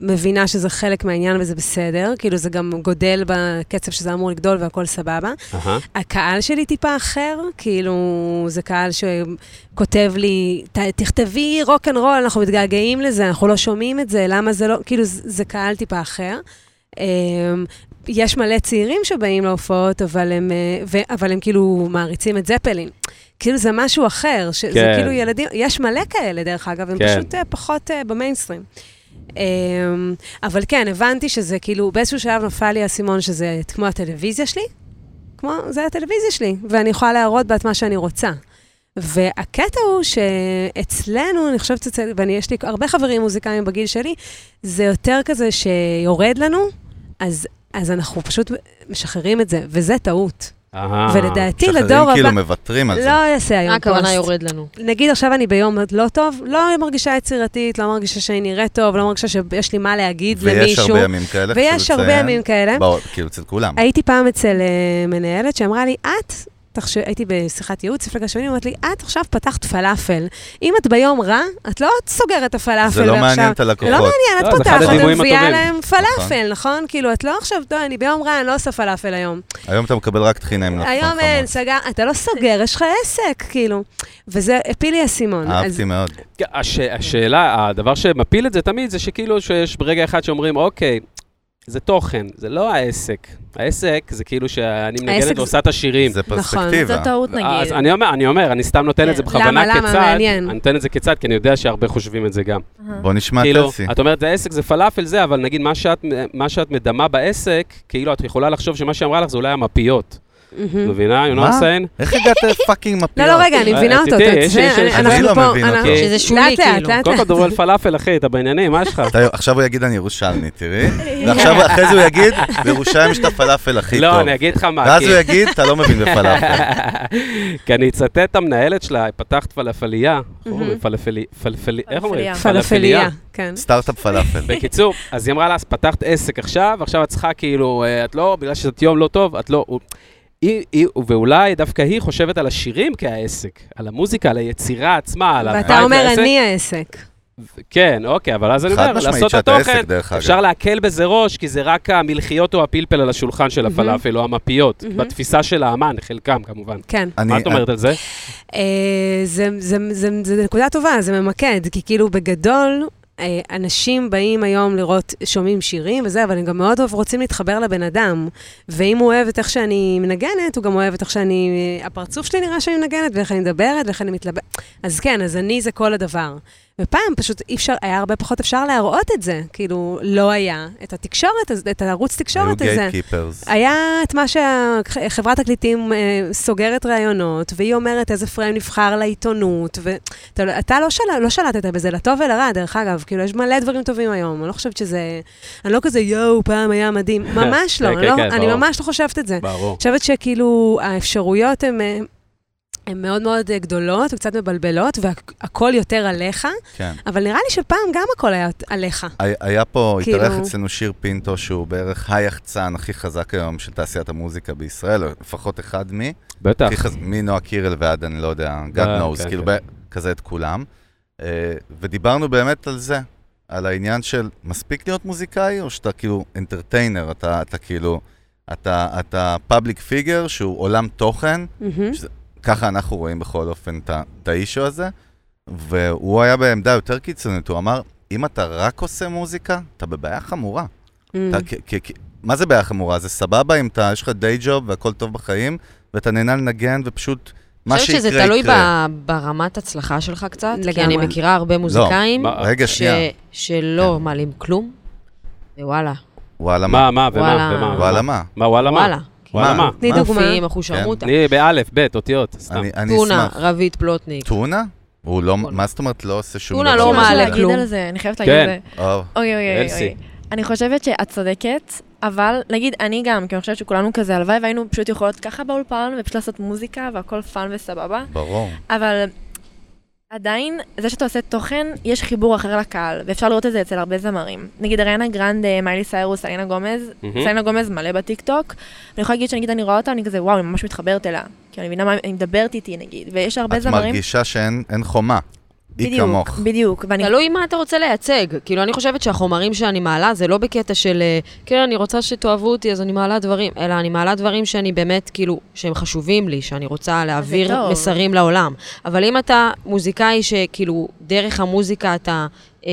מבינה שזה חלק מהעניין וזה בסדר, כאילו זה גם גודל בקצב שזה אמור לגדול והכל סבבה. אהה. הקהל שלי טיפה אחר, כאילו זה קהל שכותב לי, "ת- תכתבי רוק אנד רול, אנחנו מתגעגעים לזה, אנחנו לא שומעים את זה, למה זה לא, כאילו זה, זה קהל טיפה אחר. אה, יש מלא צעירים שבאים להופעות, אבל הם, אה, ו, אבל הם כאילו מעריצים את זפלין. כאילו זה משהו אחר, שזה כן. כן. כאילו ילדים, יש מלא כאלה דרך אגב, הם כן. כן. פשוט אה, פחות אה, במיינסטרים. אה, אבל כן, הבנתי שזה כאילו, באיזשהו שלב נפל לי האסימון שזה כמו הטלוויזיה שלי, כמו, זה הטלוויזיה שלי, ואני יכולה להראות בה את מה שאני רוצה. והקטע הוא שאצלנו, אני חושבת, אצל, ואני, יש לי הרבה חברים מוזיקאים בגיל שלי, זה יותר כזה שיורד לנו, אז, אז אנחנו פשוט משחררים את זה, וזה טעות. אהה. ולדעתי, לדור שחררים אה, כאילו הבא... מוותרים על זה. לא אעשה היום מה פוסט. אה, הכוונה יורד לנו? נגיד עכשיו אני ביום עוד לא טוב, לא מרגישה יצירתית, לא מרגישה שאני נראית טוב, לא מרגישה שיש לי מה להגיד ויש למישהו. הרבה ימים כאלה. ויש חשוב הרבה לציין. ימים כאלה. בעוד- כאילו אצל כולם. הייתי פעם אצל אה, מנהלת שאמרה לי, את, תחשב, הייתי בשיחת ייעוץ לפני כמה שנים, היא אומרת לי, את עכשיו פתחת פלאפל. אם את ביום רע, את לא סוגרת את הפלאפל זה לא ועכשיו- מעניין את לא הלקוחות. מעניין, לא, את זה אחד פותחת, את הדימויים מביאה הטובים. להם פלאפל, נכון? כאילו, את לא עכשיו, לא, אני ביום רע, אני לא עושה פלאפל היום. היום אתה מקבל רק טחיניים. היום לחכמות. אין, סגר, אתה לא סוגר, יש לך עסק, כאילו. וזה הפיל לי אסימון. אז- אהבתי מאוד. הש- השאלה, הדבר שמפיל את זה תמיד, זה שכאילו שיש ברגע אחד שאומרים, אוקיי, זה תוכן, זה לא העסק. העסק זה כאילו שאני העסק מנגנת זה- ועושה את השירים. זה נכון, זו פרספקטיבה. טעות אז נגיד. לא אני אומר, אני אומר, אני סתם נותן את זה כן. בכוונה למה, למה? כצד. מעניין. אני נותן את זה כצד, כי אני יודע שהרבה חושבים את זה גם. בוא נשמע כאילו, טסי. את אומרת, זה עסק, זה פלאפל, זה, אבל נגיד, מה שאת, מה שאת מדמה בעסק, כאילו, את יכולה לחשוב שמה שאמרה לך זה אולי המפיות. מהמם. מבינה, you know מה? what I'm saying? איך הגעת לפאקינג מפיות? לא, לא, רגע, אני מבינה אותו. אה, אתה- יש- זה- יש- יש- אנחנו אני לא פה, מבין אנחנו- אותו. שזה שולי, לאט, לאט, כאילו. לאט, קודם כל לאט. דברו על פלאפל, אחי, אתה בעניינים, מה יש לך? אתה- עכשיו הוא יגיד, אני ירושלמי, תראי. ועכשיו, אחרי זה הוא יגיד, בירושלים יש את הפלאפל הכי לא, טוב. אני אגיד לך מה, ואז כי- הוא יגיד, אתה לא מבין בפלאפל. כי אני אצטט את המנהלת שלה, פתחת פלאפליה, איך אומרים? פלאפלי, פלאפלי, איך אומרים? פלאפליה. פלאפליה, כן. סטארט-אפ פלאפל. בקיצור, אז היא אמרה לה, אז פתחת עסק עכשיו, עכשיו את צריכה כאילו, אה, את לא, בגלל שאת יום לא טוב, את לא... הוא- היא, היא, ואולי דווקא היא חושבת על השירים כהעסק, על המוזיקה, על היצירה עצמה, על הבית ואתה אומר, והעסק. אני העסק. כן, אוקיי, אבל אז אני חד אומר, משמעית לעשות את שאתה התוכן, עסק, דרך אגב. אפשר להקל בזה ראש, כי זה רק המלחיות או הפלפל על השולחן של הפלאפל או המפיות, בתפיסה של האמן, חלקם כמובן. כן. אני- מה את אומרת על זה? אה, זה, זה, זה, זה, זה נקודה טובה, זה ממקד, כי כאילו בגדול, אה, אנשים באים היום לראות, שומעים שירים וזה, אבל הם גם מאוד אוהב- רוצים להתחבר לבן אדם. ואם הוא אוהב את איך שאני מנגנת, הוא גם אוהב את איך שאני, אה, הפרצוף שלי נראה שאני מנגנת, ואיך אני מדברת, ואיך אני מתלבט. אז כן, אז אני זה כל הדבר. ופעם פשוט אי אפשר, היה הרבה פחות אפשר להראות את זה. כאילו, לא היה את התקשורת, הז- את הערוץ היו תקשורת הזה. גייטקיפרס. היה את מה שחברת תקליטים אה, סוגרת ראיונות, והיא אומרת איזה פריים נבחר לעיתונות, ואתה לא- אתה לא, של... לא שלטת בזה, לטוב ולרע, דרך אגב, כאילו, יש מלא דברים טובים היום, אני לא חושבת שזה... אני לא כזה, יואו, פעם היה מדהים, ממש לא, כן, אני, כן, לא כן, אני ברור. ממש לא חושבת את זה. ברור. אני חושבת שכאילו, האפשרויות הן... אה, הן מאוד מאוד אה, גדולות וקצת מבלבלות, והכל יותר עליך, כן. אבל נראה לי שפעם גם הכל היה עליך. היה- היה פה, כאילו- התארח אצלנו שיר פינטו, שהוא בערך היחצן הכי חזק היום של תעשיית המוזיקה בישראל, או לפחות אחד מי. בטח. אה. הכי חז- מנועה קירל ועד, אני לא יודע, God אה, knows, כן, כאילו כן. ב- כזה את כולם. אה, ודיברנו באמת על זה, על העניין של מספיק להיות מוזיקאי, או שאתה כאילו אינטרטיינר, אתה אתה כאילו, אתה אתה פאבליק פיגר שהוא עולם תוכן, מהמם. ככה אנחנו רואים בכל אופן את ה- את האישו הזה, והוא היה בעמדה יותר קיצונית, הוא אמר, אם אתה רק עושה מוזיקה, אתה בבעיה חמורה. Mm. אתה, כ- כ- כ- מה זה בעיה חמורה? זה סבבה אם אתה, יש לך די ג'וב והכל טוב בחיים, ואתה נהנה לנגן ופשוט מה אני שיקרה חושבת יקרה. שזה תלוי ב- ברמת הצלחה שלך קצת, כי אני לגמרי. מכירה הרבה מוזיקאים מה- רגע, ש- שנייה. שלא מעלים כלום, ווואלה, וואלה מה? מה, מה, ומה, וואלה. ומה. וואלה מה? מה, וואלה מה? וואלה. כן. וואלה מה? כן, מה? תני מה דוגמה. מופיעים, אחושרמוטה, אני באלף, בית, אותיות, סתם. אני אני טונה, אשמח. רבית פלוטניק. טונה. טונה? הוא לא, טונה. מה זאת אומרת לא עושה שום דבר? אה, טונה לא יש לי משהו מעלה להגיד כלום. על זה, אני חייבת כן. להגיד על זה. אוקיי, מעלה. אוי אוי אוי אלסי. אוי. אני חושבת שאת צודקת, אבל נגיד אני גם, כי אני חושבת שכולנו כזה, הלוואי והיינו פשוט יכולות ככה באולפן ופשוט לעשות מוזיקה והכל פאן וסבבה, ברור. אבל עדיין, זה שאתה עושה תוכן, יש חיבור אחר לקהל, ואפשר לראות את זה אצל הרבה זמרים. נגיד אריאנה גרנדה, מיילי סיירוס, אריאנה גומז, מהמם. סלינה גומז מלא בטיקטוק, אני יכולה להגיד שנגיד אני רואה אותה, אני כזה, וואו, אני ממש מתחברת אליה. כי אני מבינה מה היא מדברת איתי, נגיד, ויש הרבה את זמרים... מרגישה שאין אין חומה. היא בדיוק, כמוך. בדיוק, ואני תלוי מה אתה רוצה לייצג. כאילו, אני חושבת שהחומרים שאני מעלה זה לא בקטע של, אה, כן, אני רוצה שתאהבו אותי, אז אני מעלה דברים, אלא אני מעלה דברים שאני באמת, כאילו, שהם חשובים לי, שאני רוצה טוב. להעביר מסרים לעולם. אבל אם אתה מוזיקאי שכאילו, דרך המוזיקה אתה אה,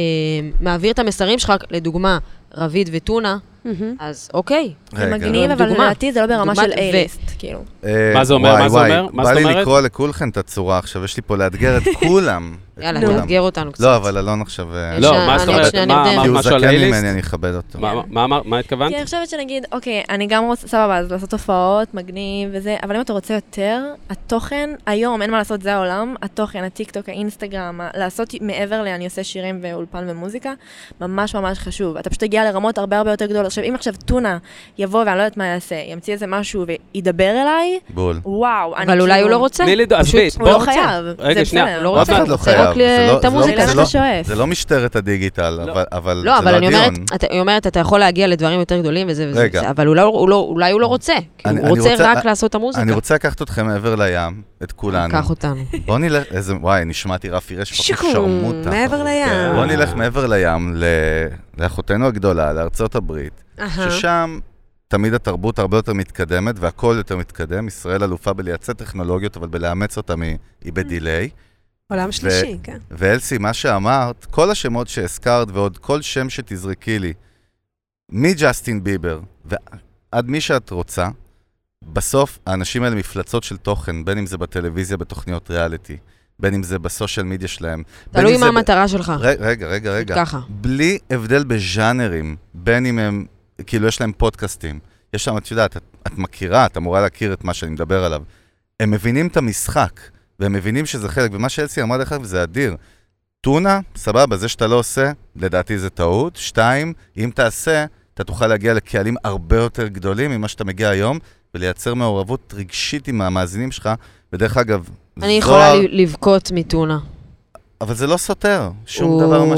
מעביר את המסרים שלך, לדוגמה, רביד וטונה, מהמם. אז אוקיי. זה רגע. מגניב, אבל דוגמה. לדעתי זה לא ברמה דוגמת של ו- אייליסט, כאילו. אה, מה זה אומר? וואי, מה זה וואי, אומר? מה בא זאת לי אומרת? לקרוא לכולכם את הצורה עכשיו, יש לי פה לאתגר את כולם. את יאללה, כולם. תאתגר אותנו קצת. לא, אבל אלון עכשיו... אה, לא, שנייה, מה זאת אני- אומרת? שנייה, מה אני כי אמרת הוא משהו על זקן אייליסט? ממני, אני אכבד אותו. מה- מה אמר- מה התכוונת? כי אני חושבת שנגיד, אוקיי, אני גם רוצה, סבבה, אז לעשות הופעות, מגניב וזה, אבל אם אתה רוצה יותר, התוכן, היום, אין מה לעשות, זה העולם, התוכן, הטיקטוק, האינסטגרם, ה- לעשות מעבר ל- אני עושה שירים ואולפן ומוזיקה, ממש ממש חשוב. אתה פשוט תגיע לרמות הרבה הרבה יותר גדולות. עכשיו, אם עכשיו טונה יבוא ואני לא יודעת מה יעשה, ימציא איזה משהו וידבר אליי, בול. אוקיי. וואו, אני אבל אולי כאילו- הוא לא רוצה. תני לי, ד- פשוט עזבי, הוא לא בוא. חייב, רגע, זה שנייה, בסדר. לא אף רוצה, אחד לא רוצה חייב. רק זה לא- את זה לא- המוזיקה לאן זה שלך. לא- אתה שואף? זה לא משטרת הדיגיטל, לא. אבל- אבל לא, זה אבל לא אני אומרת, הדיון. אתה, היא אומרת, אתה יכול להגיע לדברים יותר גדולים וזה וזה, רגע. וזה, אבל אולי, הוא לא, אולי הוא לא רוצה. כי אני- הוא אני רוצה, רוצה- רק אני- לעשות את המוזיקה. אני רוצה לקחת אתכם מעבר לים, את כולנו. קח אותנו. בוא נלך, איזה, וואי, נשמעתי רפי רש, שיקום, שרמוטה. כן. מעבר לים. בוא נלך מעבר לים, ל- לאחותנו הגדולה, לארצות הברית, אה. אהה. ששם תמיד התרבות הרבה יותר מתקדמת והכל יותר מתקדם. ישראל אלופה בלייצא טכנולוגיות, אבל בלאמץ אותן היא היא בדיליי. עולם שלישי, כן. ואלסי, מה שאמרת, כל השמות שהזכרת ועוד כל שם שתזרקי לי, מג'סטין ביבר ועד מי שאת רוצה, בסוף האנשים האלה מפלצות של תוכן, בין אם זה בטלוויזיה, בתוכניות ריאליטי, בין אם זה בסושיאל מדיה שלהם. בין תלוי אם מה זה ב- המטרה שלך. ר- רגע, רגע, רגע. אה. ככה. בלי הבדל בז'אנרים, בין אם הם, כאילו יש להם פודקאסטים, יש שם, את יודעת, את, את מכירה, את אמורה להכיר את מה שאני מדבר עליו. הם מבינים את המשחק, והם מבינים שזה חלק, ומה שאלסי אמרה דרך אגב זה אדיר. טונה, סבבה, זה שאתה לא עושה, לדעתי זה טעות. שתיים, אם תעשה, אתה תוכל להגיע לקהלים הרבה יותר גדולים ממה שאתה מגיע היום, ולייצר מעורבות רגשית עם המאזינים שלך, ודרך אגב, לא אני יכולה ל- לבכות מטונה. אבל זה לא סותר, שום הוא- דבר ממה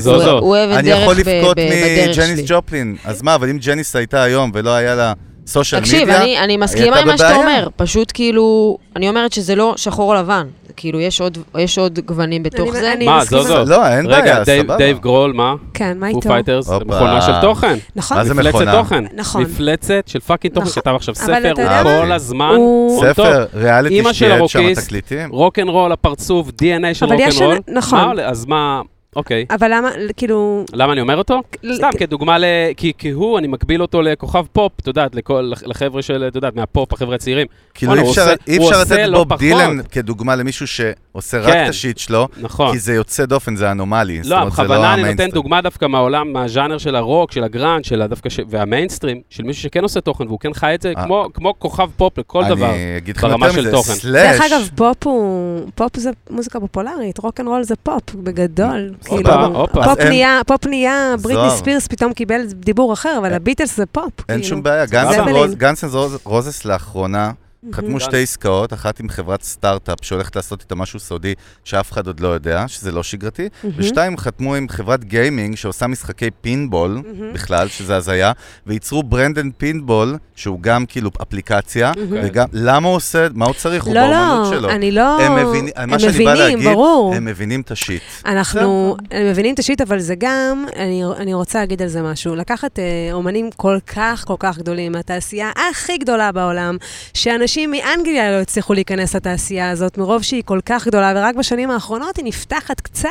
זו- זה הוא- זו. הוא אוהב את אני דרך יכול ב- לבכות ב- בדרך מג'ניס שלי. ג'ופלין, אז מה, אבל אם ג'ניס הייתה היום ולא היה לה סושיאל מדיה... תקשיב, אני, אני מסכימה עם מה שאתה בבעיה. אומר, פשוט כאילו, אני אומרת שזה לא שחור או לבן, כאילו, יש עוד, יש עוד גוונים בתוך אני- זה. אני- מה, מסכימה. זו זו. לא, אין בעיה, רגע, דייב- סבבה. דייב גרול, מה? כן, מה פו איתו? פייטרס, הופה. מכונה של תוכן. נכון? מה זה מפלצת מכונה? תוכן. נכון. מפלצת של פאקינג תוכן, נכון. שכתב עכשיו אבל ספר אתה יודע מה? כל הזמן. הוא- on top. ספר, ריאליטי אימא של שתהיה שם הרוקיסט. תקליטים. רוקנרול, הפרצוף, DNA של אבל יש רוקנרול. לנו- נכון. מה, אז מה, אוקיי. אבל למה, כאילו... למה אני אומר אותו? ל- סתם כדוגמה, ל... כי, כי הוא, אני מגביל אותו לכוכב פופ, את יודעת, לכל, לחבר'ה של, את יודעת, מהפופ, החבר'ה הצעירים. כאילו וואלה, אי הוא אפשר- עושה- אי הוא אפשר עושה לתת לא בוב פחות. דילן כדוגמה למישהו שעושה רק כן. את השיט שלו, נכון. כי זה יוצא דופן, זה אנומלי. זאת לא, אומרת, זה בכוונה אני נותן המיינסטרים. דוגמה דווקא מהעולם, מהז'אנר של הרוק, של הגראנד, של הדווקא, ש... והמיינסטרים, של מישהו שכן עושה תוכן, והוא כן חי את זה, אה. כמו, כמו כוכב פופ לכל דבר. אני אגיד לכם ברמה של יותר מזה, תוכן. סלאש. דרך אגב, פופ הוא... פופ זה מוזיקה פופולרית, רוקנרול זה פופ, בגדול. הופה, כאילו, הופה. אז פופ אין- נהיה, פופ נהיה, בריטני זוהר. ספירס פתאום קיבל דיבור אחר, אבל אין- הביטלס זה פופ. אין כאילו. שום בעיה, סבבה. גאנס אנד רוז- גאנס אנד רוז- רוזס לאחרונה חתמו שתי עסקאות, אחת עם חברת סטארט-אפ שהולכת לעשות איתה משהו סודי שאף אחד עוד לא יודע, שזה לא שגרתי, ושתיים, חתמו עם חברת גיימינג שעושה משחקי פינבול בכלל, שזה הזיה, וייצרו ברנדן פינבול, שהוא גם כאילו אפליקציה, וגם, למה הוא עושה, מה הוא צריך, הוא לא, באומנות שלו. לא, אני לא... הם מבינים, מה הם שאני בא מבינים, להגיד, ברור. הם מבינים את השיט. אנחנו הם מבינים את השיט, אבל זה גם, אני, אני רוצה להגיד על זה משהו. לקחת אה, אומנים כל כך כל כך גדולים מהתעשייה הכי גדולה בעולם, שאנשים מאנגליה לא הצליחו להיכנס לתעשייה הזאת, מרוב שהיא כל כך גדולה, ורק בשנים האחרונות היא נפתחת קצת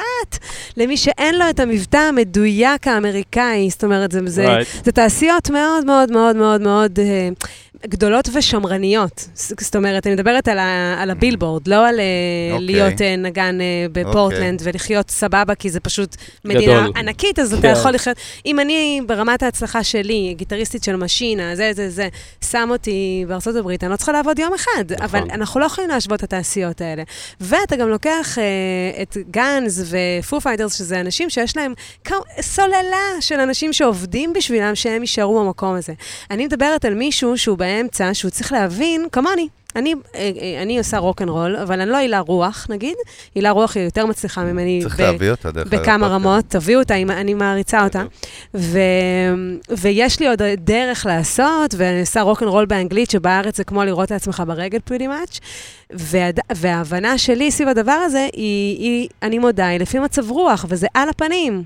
למי שאין לו את המבטא המדויק האמריקאי. זאת אומרת, זה, זה, Right. זה תעשיות מאוד מאוד מאוד מאוד מאוד אה, גדולות ושמרניות. ז- זאת אומרת, אני מדברת על, ה, על הבילבורד, לא על okay. אוקיי. להיות אה, נגן אה, בפורטלנד okay. ולחיות סבבה, כי זה פשוט מדינה גדול. ענקית, אז אתה כן. יכול לחיות... אם אני, ברמת ההצלחה שלי, גיטריסטית של משינה, זה, זה, זה, שם אותי בארצות הברית, אני לא צריכה לעבוד יום אחד, נכון. אבל אנחנו לא יכולים להשוות את התעשיות האלה. ואתה גם לוקח אה, את גאנז ופו פייטרס, שזה אנשים שיש להם כ- סוללה של אנשים שעובדים בשבילם, שהם יישארו במקום הזה. אני מדברת על מישהו שהוא באמצע, שהוא צריך להבין, כמוני. אני, אה, אה, אני עושה רול, אבל אני לא הילה רוח, נגיד. הילה רוח היא יותר מצליחה ממני. צריך ב- להביא אותה דרך אגב. בכמה לפודקאסט. רמות, תביאו אותה, אם- אני מעריצה אותה. ו... ויש לי עוד דרך לעשות, ואני עושה רוקנרול באנגלית, שבארץ זה כמו לראות את עצמך ברגל פריטי מאץ', וההבנה שלי סביב הדבר הזה היא, היא, אני מודה, היא לפי מצב רוח, וזה על הפנים.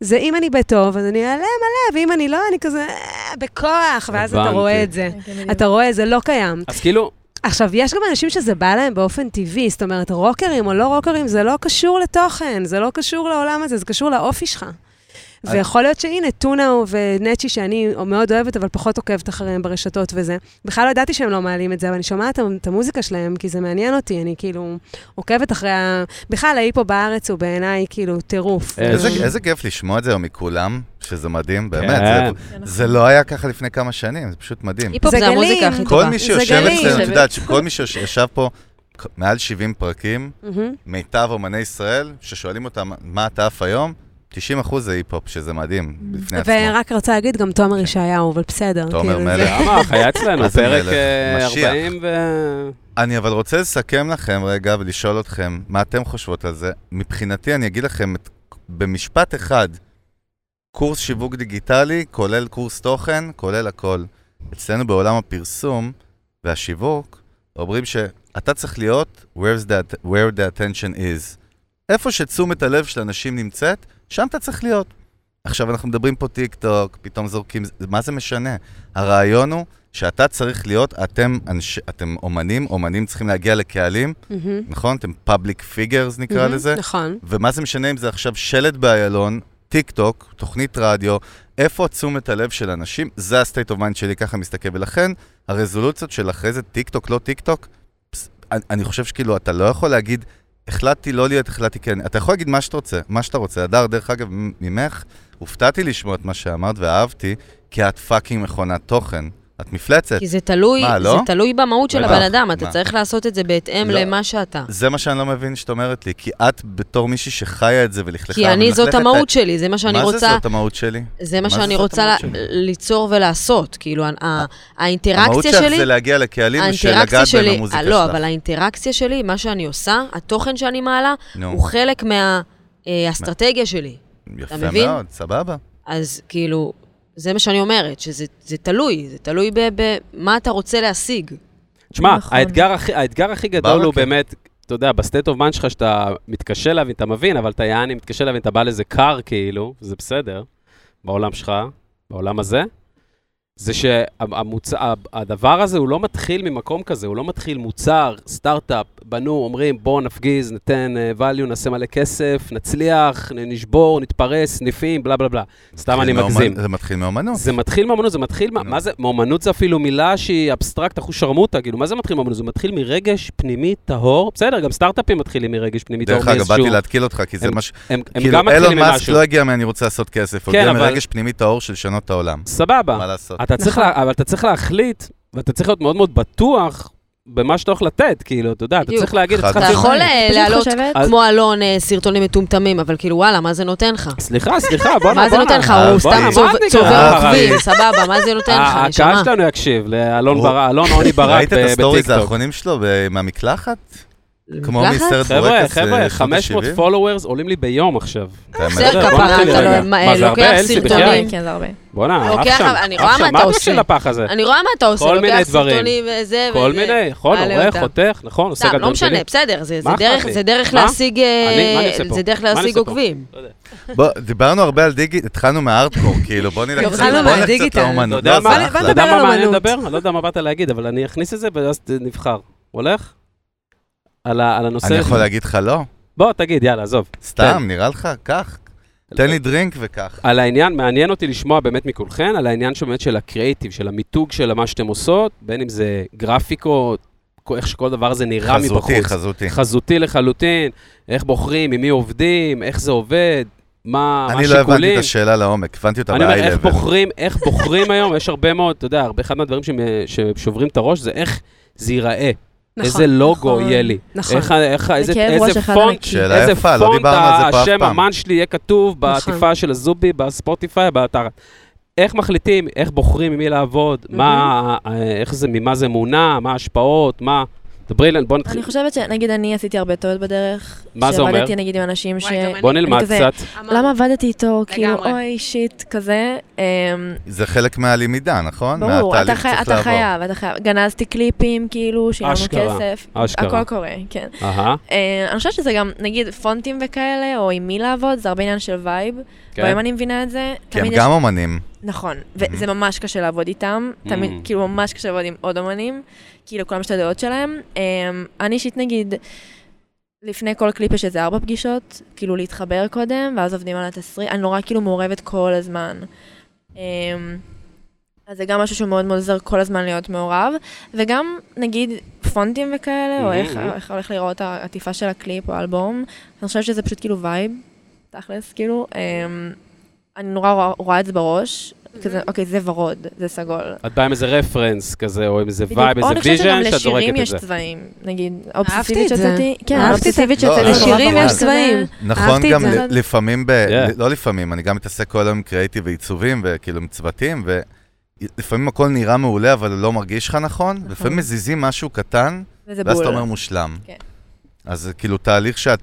זה אם אני בטוב, אז אני אעלה מלא, ואם אני לא, אני כזה אה, בכוח, ואז אתה הבנתי. רואה את זה. כן, אתה רואה, זה לא קיים. אז כאילו, עכשיו, יש גם אנשים שזה בא להם באופן טבעי, זאת אומרת, רוקרים או לא רוקרים, זה לא קשור לתוכן, זה לא קשור לעולם הזה, זה קשור לאופי שלך. ויכול להיות שהנה, טונה ונצ'י, שאני מאוד אוהבת, אבל פחות עוקבת אחריהם ברשתות וזה. בכלל לא ידעתי שהם לא מעלים את זה, אבל אני שומעת את המוזיקה שלהם, כי זה מעניין אותי, אני כאילו עוקבת אחרי ה... בכלל, ההיפו בארץ הוא בעיניי כאילו טירוף. איזה- אה, איזה כיף לשמוע את זה היום מכולם, שזה מדהים, באמת. כן. זה- נכון. זה לא היה ככה לפני כמה שנים, זה פשוט מדהים. היפ-הופ זה זה המוזיקה גלים. הכי כל טובה. מי זה שיושב גלים. אצלנו, את יודעת שכל מי שישב פה כ- מעל 70 פרקים, מהמם. מיטב אומני ישראל, ששואלים אותם מה אתה עף היום, 90 אחוז זה היפ-הופ, שזה מדהים, בפני עצמו. ורק רוצה להגיד, גם תומר ישעיהו, אבל בסדר. תומר כאילו, זה- מלך. למה? חיה אצלנו, מה זה פרק מלך? אה, משיח. 40 ו... אני אבל רוצה לסכם לכם רגע ולשאול אתכם, מה אתם חושבות על זה? מבחינתי, אני אגיד לכם את, במשפט אחד, קורס שיווק דיגיטלי, כולל קורס תוכן, כולל הכל. אצלנו בעולם הפרסום והשיווק, אומרים שאתה צריך להיות where's the, where the attention is. איפה שתשומת הלב של אנשים נמצאת, שם אתה צריך להיות. עכשיו, אנחנו מדברים פה טיק טוק, פתאום זורקים, מה זה משנה? הרעיון הוא שאתה צריך להיות, אתם, אנש, אתם אומנים, אומנים צריכים להגיע לקהלים, מהמם. נכון? אתם public figures נקרא מהמם. לזה. נכון. ומה זה משנה אם זה עכשיו שלט באיילון, טיק טוק, תוכנית רדיו, איפה תשומת הלב של אנשים? זה ה-state of mind שלי, ככה מסתכל. ולכן, הרזולוציות של אחרי זה טיק טוק, לא טיק טוק, פס, אני- אני חושב שכאילו, אתה לא יכול להגיד, החלטתי לא להיות, החלטתי כן. אתה יכול להגיד מה שאתה רוצה, מה שאתה רוצה. הדר, דרך אגב, מ- ממך, הופתעתי לשמוע את מה שאמרת ואהבתי, כי את פאקינג מכונת תוכן. את מפלצת. כי זה תלוי, מה, לא? זה תלוי במהות של בטח. הבן אדם, אתה מה? צריך לעשות את זה בהתאם לא. למה שאתה. זה מה שאני לא מבין שאת אומרת לי, כי את בתור מישהי שחיה את זה ולכלכה כי אני, זאת ומלכלכת את- המהות שלי, זה מה שאני מה זה רוצה, זאת המהות שלי? זה מה מה זה שאני זאת רוצה המהות ל- שלי? ליצור ולעשות. כאילו, ה- ה- המהות האינטראקציה שלך שלי, זה להגיע לקהלים האינטראקציה שלגעת בהם שלי, במוזיקה אה, שלך. לא, אבל האינטראקציה שלי, מה שאני עושה, התוכן שאני מעלה, נו, הוא חלק מהאסטרטגיה שלי. יפה אתה מבין? מאוד, סבבה. אז כאילו, זה מה שאני אומרת, שזה זה תלוי, זה תלוי במה אתה רוצה להשיג. תשמע, נכון. האתגר הכי- האתגר הכי גדול הוא ברכה. באמת, אתה יודע, בסטייט אוף מיינד שלך, שאתה מתקשה להבין, אתה מבין, אבל אתה יעני מתקשה להבין, אתה בא לזה קר, כאילו, זה בסדר, בעולם שלך, בעולם הזה. זה שהדבר הזה, הוא לא מתחיל ממקום כזה, הוא לא מתחיל מוצר, סטארט-אפ, בנו, אומרים, בואו נפגיז, ניתן אה, value, נעשה מלא כסף, נצליח, נ- נשבור, נתפרס, סניפים, בלה בלה בלה. סתם אני מאומנ- מגזים. זה מתחיל מאומנות. זה מתחיל מאמנות, זה מתחיל, מה- נו. מה זה, מאמנות זה אפילו מילה שהיא אבסטרקט, אחושרמוטה, כאילו, מה זה מתחיל מאמנות? זה מתחיל מרגש פנימי טהור, בסדר, גם סטארט-אפים מתחילים מרגש פנימי טהור. דרך אגב, מאיזשהו- באתי להתקיל אותך, כי זה הם- מה ש... הם הם כאילו, גם מתחילים אילון מאסק ממשהו. לא הגיע מ"אני רוצה לעשות כסף", הוא כן, הגיע אבל- מרגש פנימי טהור של לשנות את העולם. סבבה. מה לעשות? אתה צריך נכון. לה- אבל אתה צריך להחליט, ואתה צריך להיות מאוד מאוד בטוח במה שאתה הולך לתת, כאילו, אתה יודע, אתה בדיוק. צריך להגיד, חד אתה אתה צריך... יכול לתת. אה, כאילו- פשוט להעלות חושבת- אז- כמו אלון אה, סרטונים מטומטמים, אבל כאילו, וואלה, מה זה נותן לך? סליחה, סליחה, בוא'נה, בוא'נה. מה זה נותן לך? הוא אהבתי. סתם צוב- אהבתי גם. צובר עוקבים, סבבה, מה זה נותן לך? ה- נשמה. אה, הקהל שלנו יקשיב, לאלון הוא- ברק, אלון עוני ברק ב- ראית בטיקטוק. את הסטוריז האחרונים שלו ב- מהמקלחת? כמו מקלחת? מסרט חבר'ה, בורקס, אה, חבר'ה, שנות 500 ה-שבעים? followers עולים לי ביום עכשיו. אתה בסדר, מבין? בוא אה, כפרה, נתחיל אתה רגע. לא- מה, מה, זה לוקח הרבה? אלסי, סרטונים. בחייך. כן, כן, זה הרבה. בואנה, אף לוקח, שם, אני אף רואה מה שם, אתה מה אתה עושה. של הפח הזה? אני רואה מה אתה עושה, כל מיני לוקח דברים. סרטונים וזה וזה. כל מיני, נכון, מעלה עורך, אותם. חותך, נכון, עושה סתם, גם לא דברים משנה, שלי. בסדר, זה זה מה דרך- אכפת לי? זה דרך מה? להשיג אה, אני- מה אני עושה פה? זה דרך מה אני להשיג עושה פה? עוקבים. בוא, דיברנו הרבה על דיגיטל, התחלנו מהארטקור, כאילו, בוא נלך התחלנו קצת- בוא נלך קצת מהדיגיטל. אתה לאומנות. יודע לא, מה- זה בוא אתה אחלה. יודע נדבר מה על מעניין אומנות. לדבר? אני לא יודע מה באת להגיד, אבל אני אכניס את זה ואז ת- נבחר. הולך? על ה- על הנושא... אני יכול להגיד לך לא? בוא, תגיד, יאללה, עזוב. סתם, נראה לך? קח. תן לי דרינק וקח. על העניין, מעניין אותי לשמוע באמת מכולכן, על העניין שבאמת של הקריאיטיב, של המיתוג של מה שאתם עושות, בין אם זה גרפיקות, כל- איך שכל דבר הזה נראה מבחוץ. חזותי, חזותי. חזותי לחלוטין, איך בוחרים, עם מי עובדים, איך זה עובד, מה מה אני לא השיקולים. הבנתי את השאלה לעומק, הבנתי אותה אני אומר, איך ב-i-level. בוחרים, איך בוחרים היום, יש הרבה מאוד, אתה יודע, הרבה- אחד מהדברים שמ- ששוברים את הראש זה איך זה ייראה, איזה לוגו נכון, יהיה לי, נכון. איך ה- איך ה- איזה בכאב ראש איזה אחד פונט, ענקי. שאלה איזה יפה, לא פונט דיברנו על זה פה אף השם פעם. המן שלי יהיה כתוב בעטיפה נכון. של הזובי, בספוטיפיי, באתר. איך מחליטים, איך בוחרים עם מי לעבוד, מה, אה, איך זה, ממה זה מונע, מה ההשפעות, מה... דברי לנו, בוא נתחיל, אני חושבת שנגיד אני עשיתי הרבה טעות בדרך. מה זה אומר? שעבדתי נגיד עם אנשים ש... וואי, גם אני. בוא אני נלמד כזה- קצת. למה עבדתי איתו? כאילו, לגמרי. אוי, שיט, כזה. אמ, זה חלק מהלמידה, נכון? ברור, אתה מהתהליך חי- שצריך אתה לעבור. חייב, אתה חייב. גנזתי קליפים, כאילו, שילמנו אשכרה, כסף. אשכרה. הכל קורה, כן. אהה, אה, אני חושבת שזה גם, נגיד, פונטים וכאלה, או עם מי לעבוד, זה הרבה עניין של וייב. כן. והיום אני מבינה את זה. כי הם תמיד יש- גם Mm-hmm. אומנים. נכון, וזה ממש קשה לעבוד איתם. תמיד, Mm. כאילו, ממש קשה לעבוד עם עוד אומנים. כאילו, כולם יש את הדעות שלהם. אה, אני אישית, נגיד, לפני כל קליפ יש איזה ארבע פגישות, כאילו להתחבר קודם, ואז עובדים על התסריט. אני נורא כאילו מעורבת כל הזמן. אה, אז זה גם משהו שמאוד מאוד עוזר כל הזמן להיות מעורב, וגם נגיד פונטים וכאלה, או Mhm, איך, mhm. איך הולך להיראות העטיפה של הקליפ או האלבום, אני חושבת שזה פשוט כאילו וייב, תכלס, כאילו, אמ, אני נורא רואה, רואה את זה בראש, כזה, אוקיי, זה ורוד, זה סגול. את באה עם איזה רפרנס כזה, או עם איזה בדיוק. וייב, או איזה אני חושבת ויז'ן, שגם שאת זורקת לשירים את יש זה. צבעים, נגיד, את האובססיבית זה. שהוצאתי, כן, אהבתי את האובססיבית זה. לא, שהוצאתי, לשירים זה נורא יש כזה- צבעים. נכון, אהבתי את גם זה. ל- לפעמים, ב- Yeah. לא לפעמים, אני גם מתעסק כל היום עם קריאיטיב ועיצובים, וכאילו עם צוותים, ולפעמים הכל נראה מעולה, אבל הוא לא מרגיש לך נכון, לפעמים מזיזים משהו קטן, וזה ואז אתה בול. אומר מושלם. כן. אז זה כאילו תהליך שאת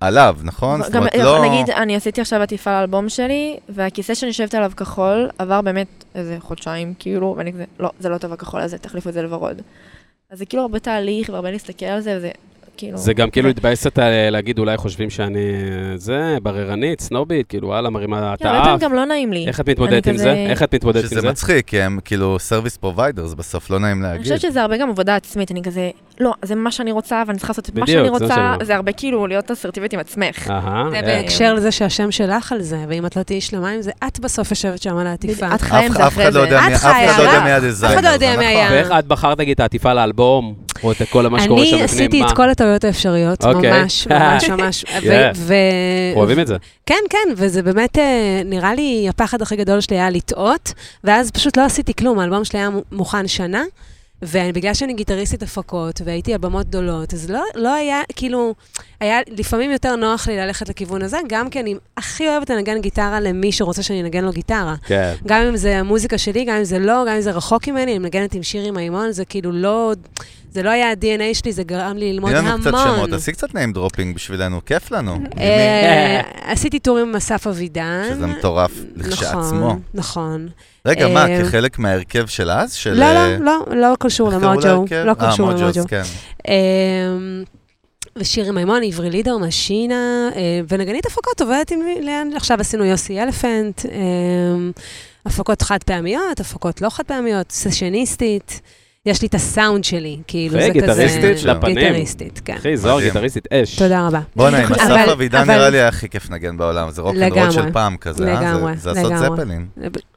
עליו, נכון? זאת גם אומרת, אה, לא... נגיד, אני עשיתי עכשיו עטיפה לאלבום שלי, והכיסא שאני יושבת עליו כחול, עבר באמת איזה חודשיים, כאילו, ואני כזה, לא, זה לא טוב הכחול הזה, תחליפו את זה לוורוד. אז זה כאילו הרבה תהליך, והרבה להסתכל על זה, וזה כאילו... זה גם כאילו התבאסת אה, להגיד, אולי חושבים שאני אה, זה, בררנית, סנובית, כאילו וואלה, מרימה את כן, הרבה פעמים האף. גם לא נעים לי. איך את מתמודדת אני עם כזה- זה? איך את מתמודדת עם שזה זה? מצחיק, כי הם כאילו סרוויס פרוביידר, זה בסוף לא נעים אני להגיד. חושבת שזה הרבה גם עבודה עצמית, אני כזה, לא, זה מה שאני רוצה, ואני צריכה לעשות את מה בדיוק, שאני זה מה שאני רוצה, אומר. זה הרבה כאילו להיות אסרטיבית עם עצמך. אהה, זה אה, בהקשר לזה שהשם שלך על זה, ואם את לא תהיי שלמה עם זה, את בסוף יושבת שם על העטיפה. את חיה עם אף זה אף אחרי אחד לא זה. יודע את מי- אף חיה, אחד לא יודע לא. מי הדזיינר. אף אחד לא יודע זה מי נכון. היה. ואיך את בחרת, תגיד, את העטיפה לאלבום, או את כל מה שקורה שם בפנים? אני עשיתי מה? את כל הטעויות האפשריות, אוקיי. ממש, ממש, ממש. ו- Yeah. ו- אוהבים את זה. כן, כן, וזה באמת, אה, נראה לי, הפחד הכי גדול שלי היה לטעות, ואז פשוט לא עשיתי כלום, האלבום שלי היה מ- מוכן שנה, ובגלל שאני גיטריסטית הפקות, והייתי על במות גדולות, אז לא, לא היה, כאילו, היה לפעמים יותר נוח לי ללכת לכיוון הזה, גם כי אני הכי אוהבת לנגן גיטרה למי שרוצה שאני אנגן לו גיטרה. כן. גם אם זה המוזיקה שלי, גם אם זה לא, גם אם זה רחוק ממני, אני מנגנת עם שירי מימון, זה כאילו לא, זה לא היה ה-DNA שלי, זה גרם לי ללמוד תני המון. לנו קצת שמות, תעשי קצת name dropping בשבילנו, כיף לנו. אה, עשיתי טור עם אסף אבידן. שזה מטורף לכשעצמו. נכון, נכון. רגע, מה, אה, כחלק מההרכב של אז? של... לא, אה, לא, לא, לא קשור איך קראו למוג'ו. להרכב? לא אה, קשור מוג'וס, למוג'ו. כן. אמ, ושירי מימון, עברי לידר, משינה, אה, ונגנית הפקות עובדת עם... לאן- עכשיו עשינו יוסי אלפנט, אמ, הפקות חד פעמיות, הפקות לא חד פעמיות, סשניסטית. יש לי את הסאונד שלי, כאילו, אחי, זה כזה... גיטריסטית לפנים. גיטריסטית, כן. אחי, זוהר מדהים. גיטריסטית אש. תודה רבה. בואנה, עם אסף אבל- אבידן אבל- נראה לי היה הכי כיף לנגן בעולם, זה רוקנרול לגמרי, של פעם כזה, אה? זה- לגמרי, זה לעשות לגמרי. זפלין.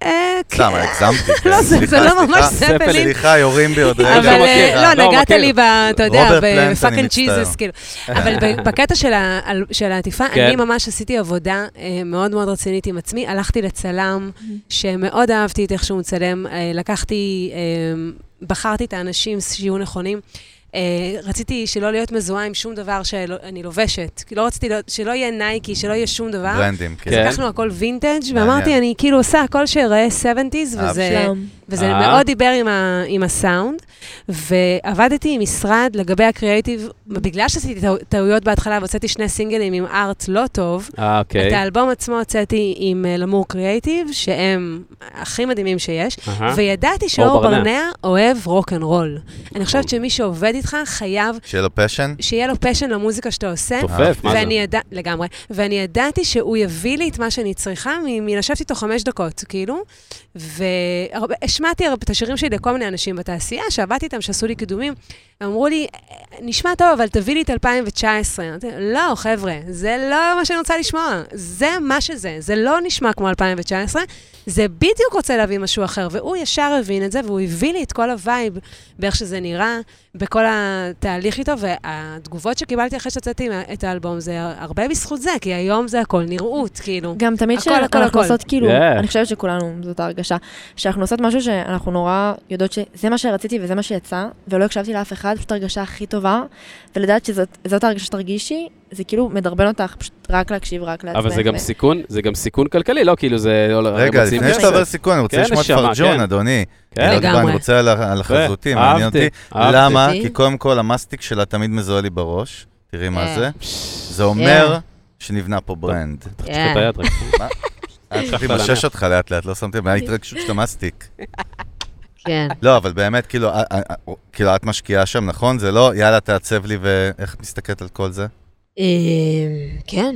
אה, כן. סתם, הגזמתי. כן. לא, זה- זה סליחה, לא ממש סליחה. ספלין. ספלין. סליחה, יורים בי עוד רגע. אוקיי, לא אבל מכיר, אה, לא לא, נגעת מכיר. לי ב... אתה יודע, רוברט פלנט, אני בפאקינג מצטער. צ'יזוס, כאילו. אבל ב- בקטע של ה- על- של העטיפה, כן. אני ממש עשיתי עבודה אה, מאוד מאוד רצינית עם עצמי. הלכתי לצלם, שמאוד אהבתי את איך שהוא מצלם. אה, לקחתי... אה, בחרתי את האנשים שיהיו נכונים. אה, רציתי שלא להיות מזוהה עם שום דבר שאני לובשת. כי לא רציתי, להיות- שלא יהיה נייקי, שלא יהיה שום דבר. ברנדים, כן. כן. לקחנו הכל וינטג', מעניין. ואמרתי, אני כאילו עושה הכל שיראה 70's, אהבתי. וזה... שלום. וזה אה. מאוד דיבר עם, ה, עם הסאונד, ועבדתי עם משרד לגבי הקריאייטיב, בגלל שעשיתי טעו- טעויות בהתחלה והוצאתי שני סינגלים עם ארט לא טוב, אה, okay. את אוקיי. האלבום עצמו הוצאתי עם אה, למור קריאייטיב, שהם הכי מדהימים שיש, אהה. וידעתי אה? אור שאור ברנע. ברנע אוהב רוק אנד רול. אני חושבת שמי שעובד איתך חייב שיהיה לו פשן? שיהיה לו פשן למוזיקה שאתה עושה. תופף, מה זה? ואני ידע... לגמרי. ואני ידעתי שהוא יביא לי את מה שאני צריכה מ- מלשבת איתו חמש דקות, כאילו. והשמעתי את השירים שלי לכל מיני אנשים בתעשייה, שעבדתי איתם, שעשו לי קידומים. הם אמרו לי, נשמע טוב, אבל תביא לי את 2019. אמרתי, לא, חבר'ה, זה לא מה שאני רוצה לשמוע. זה מה שזה. זה לא נשמע כמו 2019, זה בדיוק רוצה להביא משהו אחר. והוא ישר הבין את זה, והוא הביא לי את כל הווייב באיך שזה נראה, בכל התהליך איתו, והתגובות שקיבלתי אחרי שהוצאתי מה- את האלבום זה הרבה בזכות זה, כי היום זה הכל נראות, כאילו. גם תמיד הכל, הכל, שאנחנו הכל. עושות כאילו, Yeah. אני חושבת שכולנו, זאת ההרגשה, שאנחנו עושות משהו שאנחנו נורא יודעות שזה מה שרציתי וזה מה שיצא, ולא הקשבתי לאף אחד, זאת הרגשה הכי טובה, ולדעת שזאת זאת ההרגשה שתרגישי, זה כאילו מדרבן אותך פשוט רק להקשיב, רק לעצמך. אבל זה גם ו- סיכון, זה גם סיכון כלכלי, לא כאילו זה... לא, רגע, מוציאים לפני כסף. שאתה עובר סיכון, אני רוצה כן, לשמוע את נשמה, פרג'ון, כן. אדוני. כן. עוד פעם, לגמרי. אני רוצה על ה- על החזותי, ו- מעניין אהבתי, אותי. אהבתי. למה? אהבתי. כי קודם כל, המאסטיק שלה תמיד מזוהה לי בראש. תראי מה אה. זה. זה אומר כן. שנבנה פה ברנד. תחזיק כן. את היד רק. אה, התחלתי למשש אותך לאט לאט, לא שמתי, מההתרגשות של המאסטיק. כן. לא, אבל באמת, כאילו, אה, אה, אה, כאילו, את משקיעה שם, נכון? זה לא, יאללה, תעצב לי, ואיך את מסתכלת על כל זה? אמ, כן.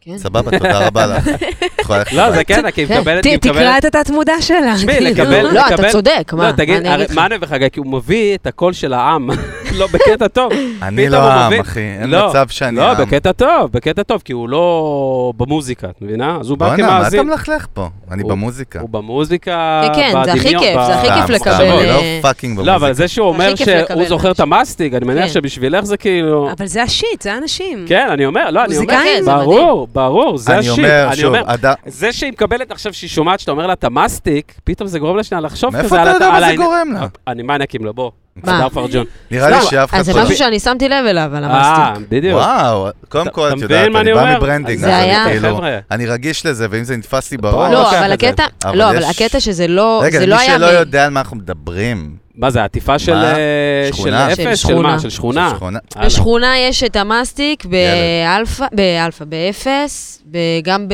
כן. סבבה, תודה רבה לך. את יכולה ללכת לא, הביתה. זה כן, כי היא כן, מקבלת... ת- היא מקבלת- תקרא את התת-מודע שלה. תשמעי, כאילו. לקבל- לא, אתה לקבל- צודק, מה? לא, תגיד, אני אגיד הרי- לך? מה אני אגיד לך? כי הוא מביא את הקול של העם, לא בקטע טוב. אני פתאום לא הוא העם, מבין. אחי. אין לא, מצב שאני לא, העם. בקטע טוב, בקטע טוב, כי הוא לא במוזיקה, את מבינה? אז הוא בא בואנה, מה אתה כמאזין. מלכלך פה? אני כן, הוא- במוזיקה. הוא במוזיקה, כן, כן, זה הכי בדמיון, כיף, זה ב- הכי כיף סתם, סתם, לקבל, אני לא אה, פאקינג לא, אבל במוזיקה. זה שהוא אומר הכי כיף שהוא לקבל זוכר את משהו. המאסטיק, אני מניח כן. שבשבילך זה כאילו... אבל זה השיט, זה האנשים. כן, אני אומר, לא, אני אומר, מוזיקאים? זה מדהים. ברור, ברור, זה אני השיט. אומר, שוב, אדם- זה שהיא מקבלת עכשיו, שהיא שומעת שאתה אומר לה, אתה מסטיק, פתאום זה לא, גורם לה שנייה לחשוב כזה מאיפה אתה יודע ה- מה זה העניין- "אה, גורם לה? אני מניאקים לו, בוא. מה? סדר פרג'ון. נראה לי שאף אחד אז זה פה... משהו שאני שמתי לב אליו, על אה, המאסטיק. לא, בדיוק. וואו, קודם אתה- כל, אתה את מבין יודעת, מה אני אני בא אומר? מברנדינג, זה אז אני היה. כאילו, חבר'ה. אני רגיש לזה, ואם זה נתפס לי אני בראש... לוקח לא, אבל את זה. הקטע, אבל לא, אבל יש- הקטע שזה לא, רגע, זה למי לא היה... שלא מ- יודע על מה אנחנו מדברים, מה זה, עטיפה של מה? אה, של שכונה? של אפס? של שכונה. מה? של שכונה. אה, לא. שכונה, הלאה. בשכונה יש את המאסטיק באלפא, באלפא, באפס, ב- גם ב...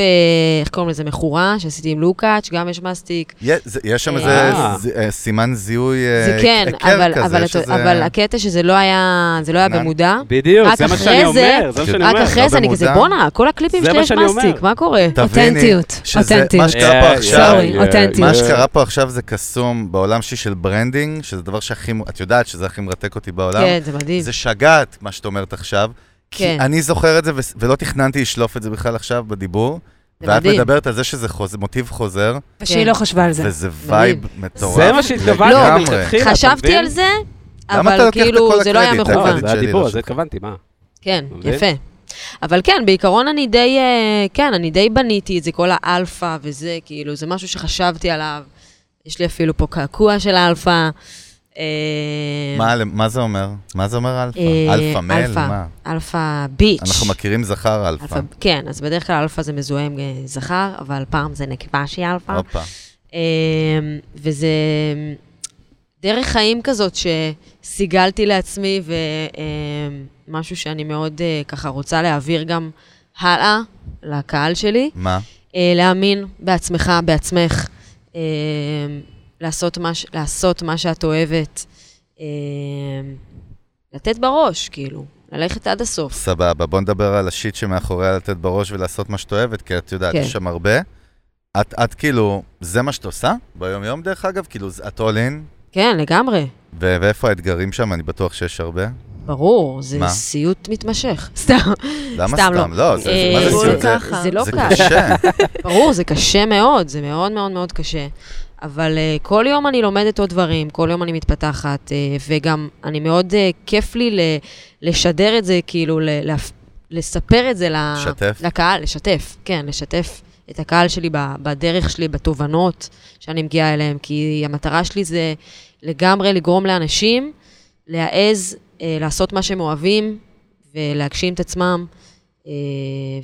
איך קוראים לזה? מכורה, שעשיתי עם לוקאץ', גם יש מאסטיק. יה- זה- יש שם איזה אה. ז- אה, סימן זיהוי אה, זה כן, היכר אבל- כזה, אבל יש אתה- איזה- אבל הקטע שזה לא היה זה לא היה ענן. במודע. בדיוק, רק זה מה אחרי שאני זה- אומר, זה מה שאני רק אומר. לא אחרי זה אני במודע. כזה, בואנה, כל הקליפים זה שלי מה יש שאני אומר. מאסטיק, מה קורה? תביני אותנטיות, שזה, מה אותנטיות. שקרה פה אה, עכשיו, אה, סורי, אותנטיות. מה אה, שקרה פה עכשיו זה קסום בעולם שלי של ברנדינג, שזה דבר שהכי, מ- את יודעת שזה הכי מרתק אותי בעולם. כן, זה מדהים. זה שגעת, מה שאת אומרת עכשיו. כן. כי אני זוכר את זה, ו- ולא תכננתי לשלוף את זה בכלל עכשיו בדיבור. זה ואת מדהים. מדברת על זה שזה חוז- מוטיב חוזר, ושהיא לא חשבה על זה. וזה וייב מטורף. זה מה שהתכוונתי לא, לגמרי. מלכתחילה, אתה חשבתי מבין? על זה, למה אתה אבל לוקח את כל כאילו זה לא היה הקרדיט? לא, מכוון. הקרדיט זה שלי, לא הדיבור, זה שלך. התכוונתי, מה? כן, מבין? יפה. אבל כן, בעיקרון אני די, אה, כן, אני די בניתי את זה, כל האלפא וזה, כאילו, זה משהו שחשבתי עליו. יש לי אפילו פה קעקוע של האלפא. אה, מה- מה זה אומר? מה זה אומר אלפא? אה, אלפא מייל? אלפא. מה? אלפא ביץ'. אנחנו מכירים זכר אלפא. אלפא, כן, אז בדרך כלל אלפא זה מזוהה עם אה, זכר, אבל פעם זה נקבה שהיא אלפא. הופה. אמ, וזה דרך חיים כזאת שסיגלתי לעצמי, ומשהו שאני מאוד אה, ככה רוצה להעביר גם הלאה לקהל שלי, מה? אה, להאמין בעצמך, בעצמך, אמ, לעשות מה, ש- לעשות מה שאת אוהבת, אמ, לתת בראש, כאילו, ללכת עד הסוף. סבבה, בוא נדבר על השיט שמאחוריה לתת בראש ולעשות מה שאת אוהבת, כי את יודעת, כן. יש שם הרבה. את, את כאילו, זה מה שאת עושה ביום-יום דרך אגב? כאילו, זה- את all in? כן, לגמרי, ו- ואיפה האתגרים שם? אני בטוח שיש הרבה. ברור, זה מה? סיוט מתמשך. סתם. למה סתם, סתם? לא, זה, זה, אה, מה זה זה סיוט? לא זה, ככה. זה לא זה קל. קשה. ברור, זה קשה מאוד, זה מאוד מאוד מאוד קשה. אבל uh, כל יום אני לומדת עוד דברים, כל יום אני מתפתחת, uh, וגם אני מאוד uh, כיף לי ל- לשדר את זה, כאילו, ל- להפ- לספר את זה ל- לשתף. לקהל, לשתף, כן, לשתף את הקהל שלי ב- בדרך שלי, בתובנות שאני מגיעה אליהן, כי המטרה שלי זה לגמרי לגרום לאנשים להעז אה, לעשות מה שהם אוהבים ולהגשים את עצמם, אה,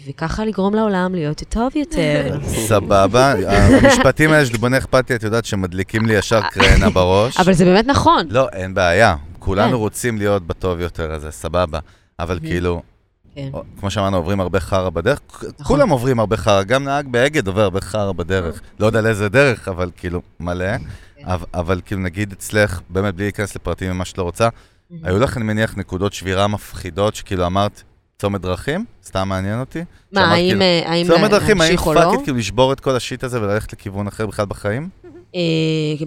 וככה לגרום לעולם להיות טוב יותר. סבבה, המשפטים האלה של בונה אכפתי, את יודעת שמדליקים לי ישר קרנה בראש. אבל זה באמת נכון. לא, אין בעיה. כן. כולנו רוצים להיות בטוב יותר, אז זה סבבה. אבל כאילו, כן. נכון. או- כמו שאמרנו, עוברים הרבה חרא בדרך. כ- כולם עוברים הרבה חרא, גם נהג באגד עובר הרבה חרא נכון. בדרך. לא יודע לאיזה דרך, אבל כאילו, מלא. כן. אבל- אבל כאילו, נגיד אצלך, באמת, בלי להיכנס לפרטים ממה שאת לא רוצה, היו לך, אני מניח, נקודות שבירה מפחידות, שכאילו אמרת, צומת דרכים? סתם מעניין אותי. מה, שאמרת, האם כאילו, אה, האם צומת דרכים, האם להמשיך או לא? פאק it, כאילו לשבור את כל השיט הזה וללכת לכיוון אחר בכלל בחיים? אה,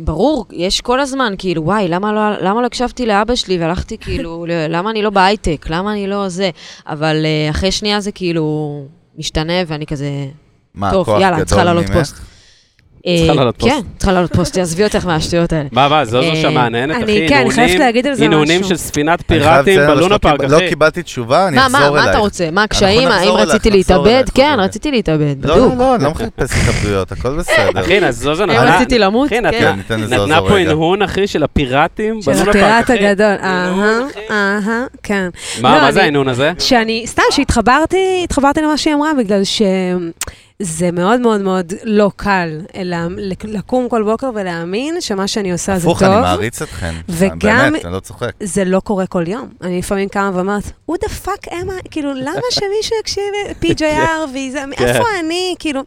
ברור, יש כל הזמן, כאילו, וואי, למה לא, למה לא הקשבתי לאבא שלי והלכתי, כאילו, ל- למה אני לא בהייטק, למה אני לא זה? אבל אה, אחרי שנייה זה כאילו משתנה, ואני כזה... מה, טוב, כוח יאללה, צריכה גדול לעלות ממך? פוסט. אה, צריכה לעלות פוסט. כן, צריכה לעלות פוסט, תעזבי אותך מהשטויות האלה. מה, מה, זו זו אה, שהמעניינת, אני- אחי, כן, אני הנאונים- חייבת להגיד על זה הנאונים משהו. של ספינת אני חייב פיראטים לציין, אבל בלונה לא פארק, קיב- אחי. לא קיבלתי תשובה, אני מה, אחזור מה, אלייך. מה אתה רוצה? מה הקשיים? נחזור האם אלייך, רציתי נחזור להתאבד? אלייך, כן, חברים. רציתי להתאבד, לא, לא, בדוק. לא, אני לא מחפש התאבדויות, הכל בסדר. אחי, אז זו זה האם נתנה- רציתי למות? אחי, כן. נתנה- כן, ניתן לזה נתנה עוד פה רגע. הנהון, אחי, של הפיראטים של בלונה פארק, הפיראט אחי. הגדול. הנהון, אהה, אחי. אהה, כן. מה, לא, מה זה אני- ההנהון הזה? שאני, סתם, שהתחברתי, התחברתי למה שהיא אמרה, בגלל שזה מאוד מאוד מאוד לא קל אלא לקום כל בוקר ולהאמין שמה שאני עושה זה טוב. הפוך, אני מעריץ אתכם. וגם- באמת, אני לא צוחק. זה לא קורה כל יום. אני לפעמים קמה ואומרת, who the fuck am I? כאילו, למה שמישהו יקשיב PJR כן. וזה, איפה אני? כאילו...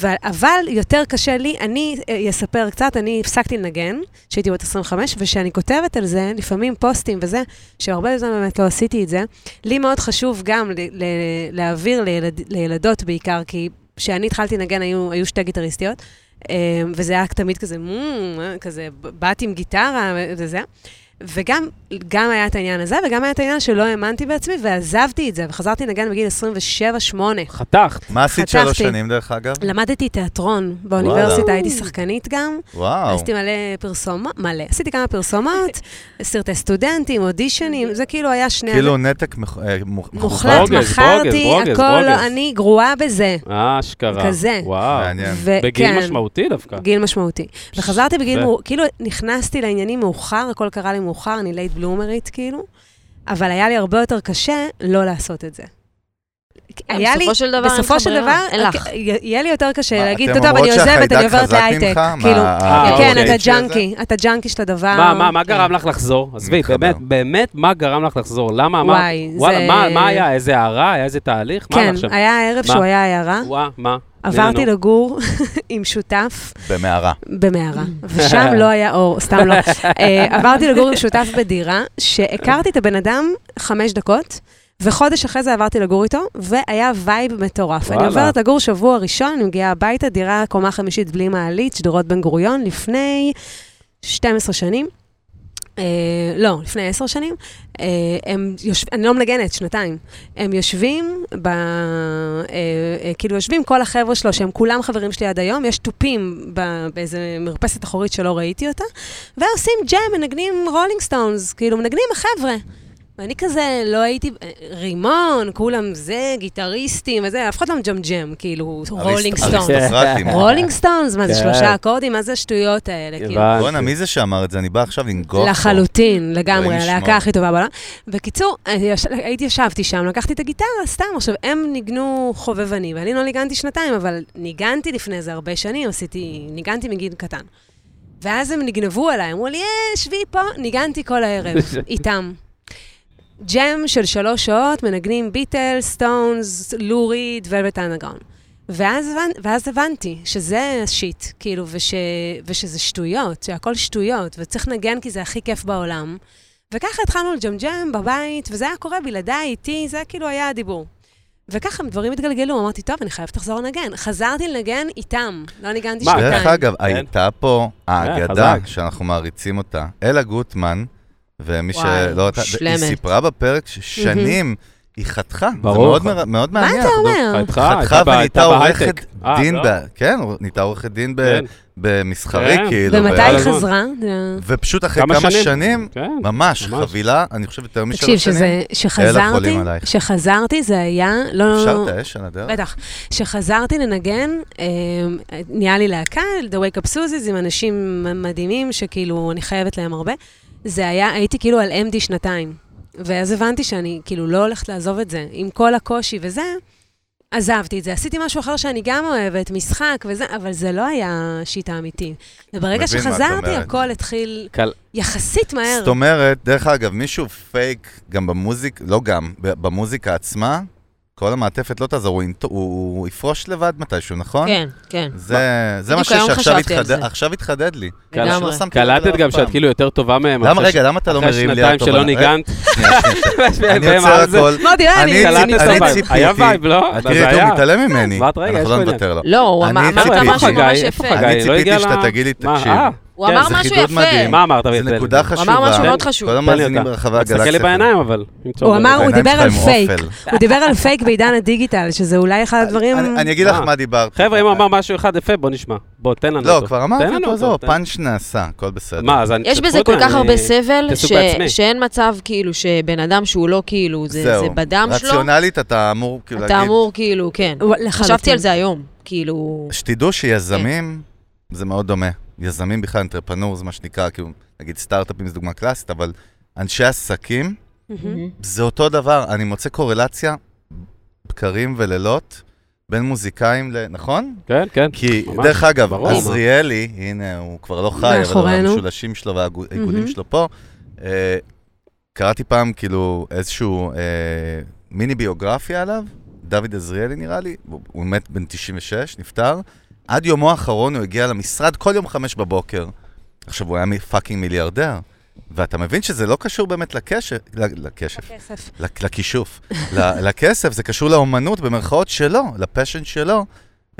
אבל, אבל יותר קשה לי, אני אה, אספר קצת, אני הפסקתי לנגן כשהייתי בת 25, וכשאני כותבת על זה, לפעמים פוסטים וזה, שהרבה זמן באמת לא עשיתי את זה, לי מאוד חשוב גם ל- ל- להעביר לילד, לילדות בעיקר, כי כשאני התחלתי לנגן היו, היו שתי גיטריסטיות, אה, וזה היה תמיד כזה, "מ, אה", כזה, ב- באת עם גיטרה אה, וזה. וגם גם היה את העניין הזה, וגם היה את העניין שלא האמנתי בעצמי, ועזבתי את זה, וחזרתי לנגן בגיל 27-8. חתכת. מה עשית שלוש חתכתי. שנים, דרך אגב? למדתי תיאטרון באוניברסיטה, הייתי שחקנית גם, וואו. עשיתי מלא פרסומות, מלא, עשיתי כמה פרסומות, סרטי סטודנטים, אודישנים, זה כאילו היה שני... כאילו נתק מח- אה, מוח- מוחלט, ברוגז, מכרתי, ברוגז, ברוגז, הכל, ברוגז. אני גרועה בזה. אשכרה. כזה. כן. וואו. מעניין. וכן, בגיל משמעותי דווקא. גיל משמעותי. וחזרתי בגיל, יפה. מאו- כאילו נכנסתי לעניינים מאוחר, הכל קרה לי מאוחר, אני לייט בלומרית כאילו, אבל היה לי הרבה יותר קשה לא לעשות את זה. היה לי, אה, בסופו של דבר אוקיי. אין לך ברירה, בסופו של דבר, אוקיי, אין לך. י- יהיה לי יותר קשה מה, להגיד, אתם טוב, טוב, אני אומרות עוזבת, אני שהחיידק עוברת חזק להייטק. ממך? כאילו, מה, אה, כן, אוקיי. אתה שזה? ג'אנקי, אתה ג'אנקי של הדבר. מה, מה, מה גרם לך לחזור? עזבי, מתחבר. באמת, באמת, מה גרם לך לחזור? למה אמרת? וואי, זה- וואלה, מה- מה היה? איזה הערה? היה איזה תהליך? מה היה כן, עכשיו? היה ערב מה? שהוא היה עיירה, וואה, מה? עברתי נו, נו, לגור עם שותף במערה. במערה, ושם לא היה אור, סתם לא. אה, עברתי לגור עם שותף בדירה, שהכרתי את הבן אדם חמש דקות, וחודש אחרי זה עברתי לגור איתו, והיה וייב מטורף. אני וואלה. עוברת לגור שבוע ראשון, אני מגיעה הביתה, דירה קומה חמישית בלי מעלית, שדרות בן גוריון, לפני 12 שנים. אה, לא, לפני עשר שנים, אה, הם יושב, אני לא מנגנת, שנתיים. הם יושבים, ב, אה, אה, כאילו יושבים כל החבר'ה שלו, שהם כולם חברים שלי עד היום, יש תופים ב, באיזה מרפסת אחורית שלא ראיתי אותה, ועושים ג'אם, מנגנים רולינג סטונס, כאילו מנגנים החבר'ה. ואני כזה לא הייתי, אה, רימון, כולם זה, גיטריסטים וזה, אף אחד לא מג'מג'ם, כאילו, רולינג אריסט- סטונס. אריסטוקרטים. רולינג סטונס, מה זה כן. שלושה אקורדים, מה זה השטויות האלה, כאילו. הבנתי. בואנה, מי זה שאמר את זה? אני בא עכשיו לנגוח. פה. לחלוטין, לגמרי, אלוהים הלהקה ישמור. הכי טובה בעולם. בקיצור, אני יש- הייתי, ישבתי שם, לקחתי את הגיטרה, סתם, עכשיו, הם ניגנו חובבני, ואני לא ניגנתי שנתיים, אבל ניגנתי לפני זה הרבה שנים, עשיתי, ניגנתי מגיל קטן. ואז הם נגנבו עליי, אמרו לי, אה, שבי פה, ניגנתי כל הערב, איתם. ג'ם של שלוש שעות, מנגנים ביטלס, סטונס, לוריד, ולבט אנדרגאון. ואז, הבנ- ואז הבנתי שזה השיט, כאילו, וש, ושזה שטויות, שהכל שטויות, וצריך לנגן כי זה הכי כיף בעולם. וככה התחלנו לג'מג'ם בבית, וזה היה קורה בלעדיי, איתי, זה כאילו היה הדיבור. וככה דברים התגלגלו, אמרתי, טוב, אני חייבת לחזור לנגן. חזרתי לנגן איתם, לא ניגנתי מה, שנתיים. דרך אגב, הייתה פה האגדה כן. אה, חזק. שאנחנו מעריצים אותה, אלה גוטמן, ומי וואי, שלא... ראתה- היא מושלמת. סיפרה בפרק ששנים היא חתכה. ברור. זה מאוד, מר... מאוד מה מעניין. אתה אומר? לא, חתיכה, חתכה הייתה ב- ונהייתה הייתה עורכת בהייטק. אה, דין, לא? ב... כן, הוא- נהייתה עורכת דין ב... כן. במסחרי, כן. כאילו. ומתי ב- היא הזמן. חזרה? ופשוט אחרי כמה כמה, שנים? שנים, כן. ממש, ממש. חבילה, אני חושב יותר משלוש תקשיב, שנים. שזה, שחזרתי, חולים עלייך. שחזרתי זה היה, לא, לא, אפשר לא, את האש על הדרך? בטח. כשחזרתי לנגן, אה, נהיה לי להקה, The Wake Up Susies, עם אנשים מדהימים, שכאילו, אני חייבת להם הרבה. זה היה, הייתי כאילו על MD שנתיים. ואז הבנתי שאני כאילו לא הולכת לעזוב את זה. עם כל הקושי וזה, עזבתי את זה. עשיתי משהו אחר שאני גם אוהבת, משחק וזה, אבל זה לא היה שיטה אמיתית. וברגע מבין מה את שחזרתי, אומרת. הכל התחיל קל. יחסית מהר. זאת אומרת, דרך אגב, מישהו פייק, גם במוזיק, לא גם, ב- במוזיקה עצמה, כל המעטפת לא תעזור, הוא, אינט- הוא, הוא יפרוש לבד מתישהו, נכון? כן, כן. זה, זה בדיוק משהו היום שעכשיו חשבתי על התחדד, זה. עכשיו התחדד לי. לגמרי. שלא שמתי לב קלטת אליו גם לא אף פעם. שאת כאילו יותר טובה מהם. למה, אחרי ש- רגע, למה אתה לא אחרי מרים לי אה, שנתיים על תובנה? שלא ניגנת. אני עוצר הכל. אמרתי, אה, לא, אני... קלטת את ציפ- אני הווייב. ציפיתי. היה וייב, לא? אז תראי, היה. הוא מתעלם ממני, ואת רגע, יש פה אנחנו לא עניין. נוותר לו. לא, הוא אני אמר אמרת ציפיתי. משהו איפה ממש חגי? יפה. איפה חגי? אני לא הגיע ציפיתי שאתה ל- תגיד לי, מה, תקשיב. אה, הוא כן, אמר זה משהו חידוד מדהים. יפה. מה אמרת? זה אבל- נקודה תן לי חשובה. כן? משהו מאוד אותה. חשוב. כל תן לי המאזינים אותה. ברחבי הגלקסיה. תסתכל לי בעיניים, אבל. הוא אמר, הוא העיניים דיבר שלך על עם פייק. אופל. הוא דיבר על פייק בעידן הדיגיטל, שזה אולי אחד הדברים... אני אני אגיד לך אה. מה דיברת. חבר'ה, אם הוא אמר משהו אחד יפה, בוא נשמע. בוא, תן לנו לא, אותו. כבר תן אמרתי לנו אותו, זהו, תן- פאנץ' נעשה, הכל בסדר. מה, אז אני... יש בזה תספרו כל אה, אותו, כך אני- הרבה סבל, תעסוק ש- בעצמי. שאין מצב כאילו שבן אדם שהוא לא כאילו, זה זהו. זה בדם שלו, רציונלית אתה אמור כאילו אתה להגיד, אמור כאילו, כן. הוא- לחלוטין. חשבתי על זה היום, כאילו... שתדעו שיזמים, זה מאוד דומה. יזמים בכלל, אנטרפנור, זה מה שנקרא, כאילו, נגיד סטארט-אפים זה דוגמה קלאסית, אבל אנשי עסקים, מהמם. זה אותו דבר, אני מוצא קורלציה, בקרים ולילות, בין מוזיקאים ל... נכון? כן, כן. כי, ממש, דרך אגב, ברור. עזריאלי, הנה, הוא כבר לא חי, אבל מאחורינו. המשולשים שלו והאיגודים Mhm. שלו פה, אה, קראתי פעם, כאילו, איזשהו אה, מיני ביוגרפיה עליו, דוד עזריאלי נראה לי, הוא- הוא מת בן 96, נפטר. עד יומו האחרון הוא הגיע למשרד כל יום חמש בבוקר. עכשיו, הוא היה מ- פאקינג מיליארדר, ואתה מבין שזה לא קשור באמת לקשף, ל- לקשף, כסף. לק- לכישוף, ל- לכסף, זה קשור לאומנות במרכאות שלו, לפשן שלו,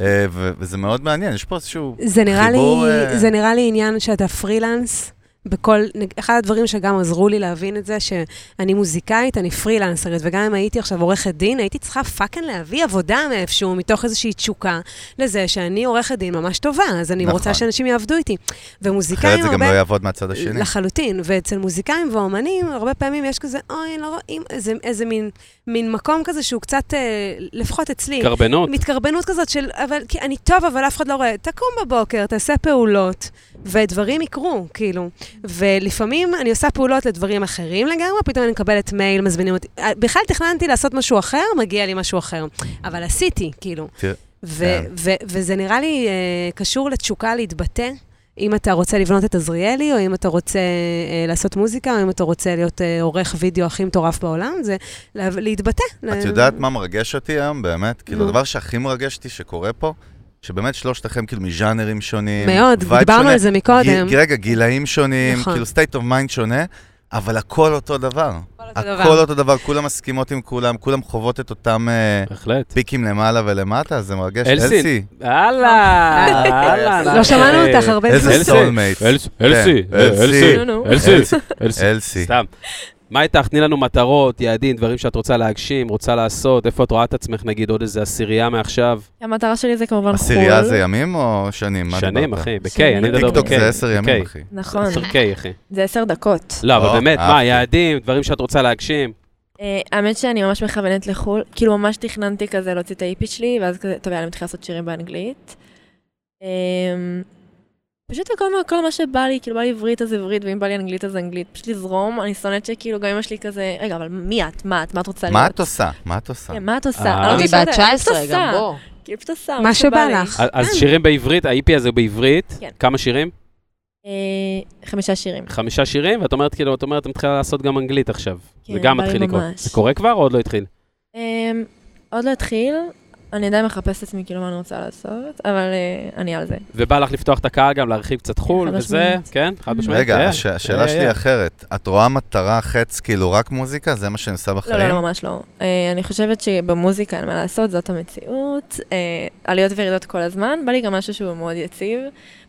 אה, ו- וזה מאוד מעניין, יש פה איזשהו... זה נראה לי- חיבור, אה, זה נראה לי עניין שאתה פרילנס. בכל, אחד הדברים שגם עזרו לי להבין את זה, שאני מוזיקאית, אני פרילנסרית, וגם אם הייתי עכשיו עורכת דין, הייתי צריכה פאקינג להביא עבודה מאיפשהו, מתוך איזושהי תשוקה לזה שאני עורכת דין ממש טובה, אז אני נכון. רוצה שאנשים יעבדו איתי. ומוזיקאים אחרת הרבה... זה גם לא יעבוד מהצד השני. לחלוטין, ואצל מוזיקאים ואומנים, הרבה פעמים יש כזה, אוי, לא רואים, איזה, איזה מין, מין מקום כזה שהוא קצת, אה, לפחות אצלי, קרבנות. מתקרבנות כזאת של, אבל, כי אני טוב, אבל אף אחד לא רואה. תקום בבוקר, תעשה פעולות, ודברים יקרו, כאילו. ולפעמים אני עושה פעולות לדברים אחרים לגמרי, פתאום אני מקבלת מייל, מזמינים אותי. אה, בכלל תכננתי לעשות משהו אחר, מגיע לי משהו אחר. אבל עשיתי, כאילו. תראה, ו- כן. ו- וזה נראה לי אה, קשור לתשוקה להתבטא. אם אתה רוצה לבנות את עזריאלי, או אם אתה רוצה אה, לעשות מוזיקה, או אם אתה רוצה להיות אה, עורך וידאו הכי מטורף בעולם, זה לה- להתבטא. את יודעת מה מרגש אותי היום, באמת? כאילו, נו. הדבר שהכי מרגש אותי שקורה פה, שבאמת שלושתכם כאילו מז'אנרים שונים. מאוד, וייב דיברנו שונה, על זה מקודם. גיל, רגע, גילאים שונים, נכון. נכון. כאילו state of mind שונה, אבל הכל אותו דבר. אותו דבר. הכל אותו דבר, כולם מסכימות עם כולם, כולם חוות את אותם אה, נכון. בהחלט. פיקים למעלה ולמטה, זה מרגש. אלסין. הלאה, הלאה. לא שמענו אותך הרבה אה, איזה זמן. אלסי. סולמייט. אלסי, אלסי, כן, אלסי. אלסי, נו, נו. אלסי, אלסי. אלסי. סתם. מה איתך? תני לנו מטרות, יעדים, דברים שאת רוצה להגשים, רוצה לעשות, איפה את רואה את עצמך, נגיד, עוד איזה עשירייה מעכשיו? המטרה שלי זה כמובן חו"ל. נכון. עשירייה אה, זה ימים או שנים? מה שנים, דיברת? אחי, לא, כן, ב-K, שנים. אני מדבר ב-K. טיקטוק זה עשר ימים, ב-K. אחי. נכון, עשר K, אחי. זה עשר דקות. לא, או, אבל באמת, מה, אהבתי. יעדים, דברים שאת רוצה להגשים? אה, האמת שאני ממש מכוונת לחו"ל, כאילו ממש תכננתי כזה להוציא את ה-IP שלי, ואז כזה, טוב, יאללה, אני מתחילה לעשות שירים באנגלית. אמ, פשוט הכל מה, כל מה שבא לי, כאילו בא לי עברית אז עברית, ואם בא לי אנגלית אז אנגלית, פשוט לזרום, אני שונאת שכאילו גם אמא שלי כזה, רגע, אבל מי את? מה את? מה את רוצה לא להיות? מה את עושה? מה את עושה? כן, מה את עושה? אה. אני לא אני מבינה, בת 19, פשוט גם עושה. בוא. כן, כאילו פשוט עושה, מה שבא לך. אז- אז שירים בעברית, ה-EP הזה הוא בעברית, כן. כמה שירים? אה, חמישה שירים. חמישה שירים, ואת אומרת, כאילו, את אומרת, את מתחילה לעשות גם אנגלית עכשיו. זה כן, גם בא לי מתחיל לקרות. ממש. זה קורה כבר או עוד לא התחיל? אמ, עוד לא התחיל, אני עדיין מחפשת את עצמי כאילו מה אני רוצה לעשות, אבל אה, אני על זה. ובא לך לפתוח את הקהל גם, להרחיב קצת חו"ל חד וזה, משמעית. כן? חד משמעית. רגע, כן. הש- השאלה אה, שלי אה. אחרת. את רואה מטרה, חץ, כאילו רק מוזיקה? זה מה שאני עושה לא, לא, בחיים? לא, ממש לא. אה, אני חושבת שבמוזיקה אין מה לעשות, זאת המציאות. אה, עליות וירידות כל הזמן, בא לי גם משהו שהוא מאוד יציב.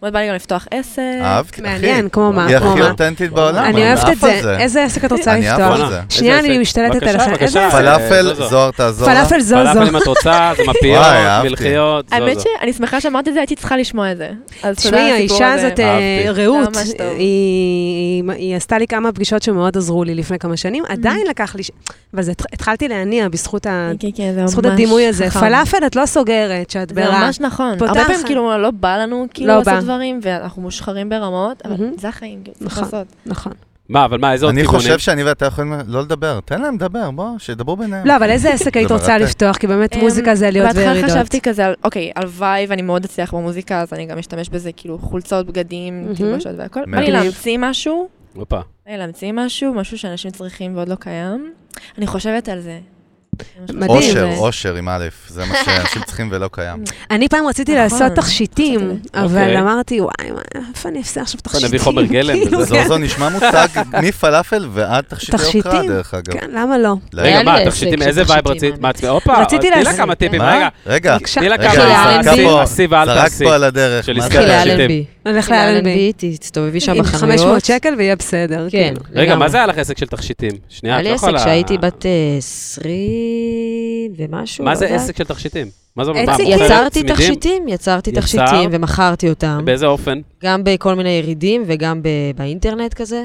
מאוד בא לי גם לפתוח עסק. אהבת? אה, מעניין, כמו מה, היא כמו הכי מה. אותנטית בעולם, אני אוהבת את עף על זה. איזה עסק את רוצה אני עף לפתוח? על זה. שנייה, איזה אני עסק? משתלטת בבקשה, עליכם. איזה בבקשה. עסק? פלאפל, זוזו. זוהר תעזור. לה. פלאפל זוזו. פלאפל אם את רוצה, זה מפיות, וואי, אהבתי. מלחיות, זו האמת זו. שאני שמחה שאמרת את זה, הייתי צריכה לשמוע את זה. אז תודה תשמעי, על הסיפור האישה הזה. הזאת, אה, אהבתי. רעות, ממש טוב. היא- היא- היא עשתה לי כמה פגישות שמאוד עזרו לי לפני כמה שנים, Mm-hmm. עדיין לקח לי... ש- אבל זה- התחלתי להניע בזכות ה- כן, כן, זה ממש בזכות הדימוי הזה. חכם. פלאפל את לא סוגרת, שאת זה ברע. ממש נכון. פותחת. הרבה פעמים כאילו לא בא לנו כאילו לא בא. לעשות דברים, ואנחנו מושחרים ברמות, אבל מהמם. זה החיים, כאילו, צריך נכון. לעשות. נכון. מה, אבל מה, איזה עוד אני כיוונים? חושב שאני ואתה יכולים לא לדבר. תן להם לדבר, בוא, שידברו ביניהם. לא, אבל איזה עסק היית זה רוצה מרתק. לפתוח? כי באמת אמ, מוזיקה זה עליות בהתחלה וירידות. חשבתי כזה, על- אוקיי, הלוואי ואני מאוד אצליח במוזיקה, אז אני גם אשתמש בזה, כאילו חולצות, בגדים, מהמם. תלבושות והכל. בא לי מגניב. להמציא משהו, הופה. בא לי להמציא משהו, משהו שאנשים צריכים ועוד לא קיים. אני חושבת על זה. מדהים. אושר, זה- אושר עם א', זה מה שאנשים צריכים ולא קיים. אני פעם רציתי נכון, לעשות תכשיטים, חשבתי אבל אוקיי. אמרתי, וואי, מה, איפה אני אעשה עכשיו נביא תכשיטים? חומר גלם כאילו, וזה, זו זו נשמע מושג מפלאפל ועד תכשיטי יוקרה, תכשיטים? דרך אגב. כן, למה לא? רגע, היה מה, לי תכשיטים, עסק איזה של וייב תכשיטים, רצית? מה, את הופה, רציתי תני לה לעשות- כמה טיפים, מה? רגע. רגע, בבקשה. תני לה רגע, כמה, של עשי- ה-R&B. עשי ואל זרק תעשי. פה על הדרך. של מה ישראל כאילו, זה אלנבי. התכשיטים? נלך תלכי לאלנבי. לאלנבי, ת- כאילו, תסתובבי שם עם בחנויות. 500 שקל ויהיה בסדר. כן. כאילו. רגע, מה לגמרי. זה היה לך עסק של תכשיטים? שנייה, היה את לא לי עסק יכולה... שהייתי בת אה, 20 ומשהו. מה לא זה יודעת. עסק של תכשיטים? מה זה אומר? עסק. מה, מוכרת יצרתי צמידים? תכשיטים, יצרתי יצרת? תכשיטים ומכרתי אותם, באיזה אופן? גם בכל מיני ירידים וגם ב- באינטרנט כזה.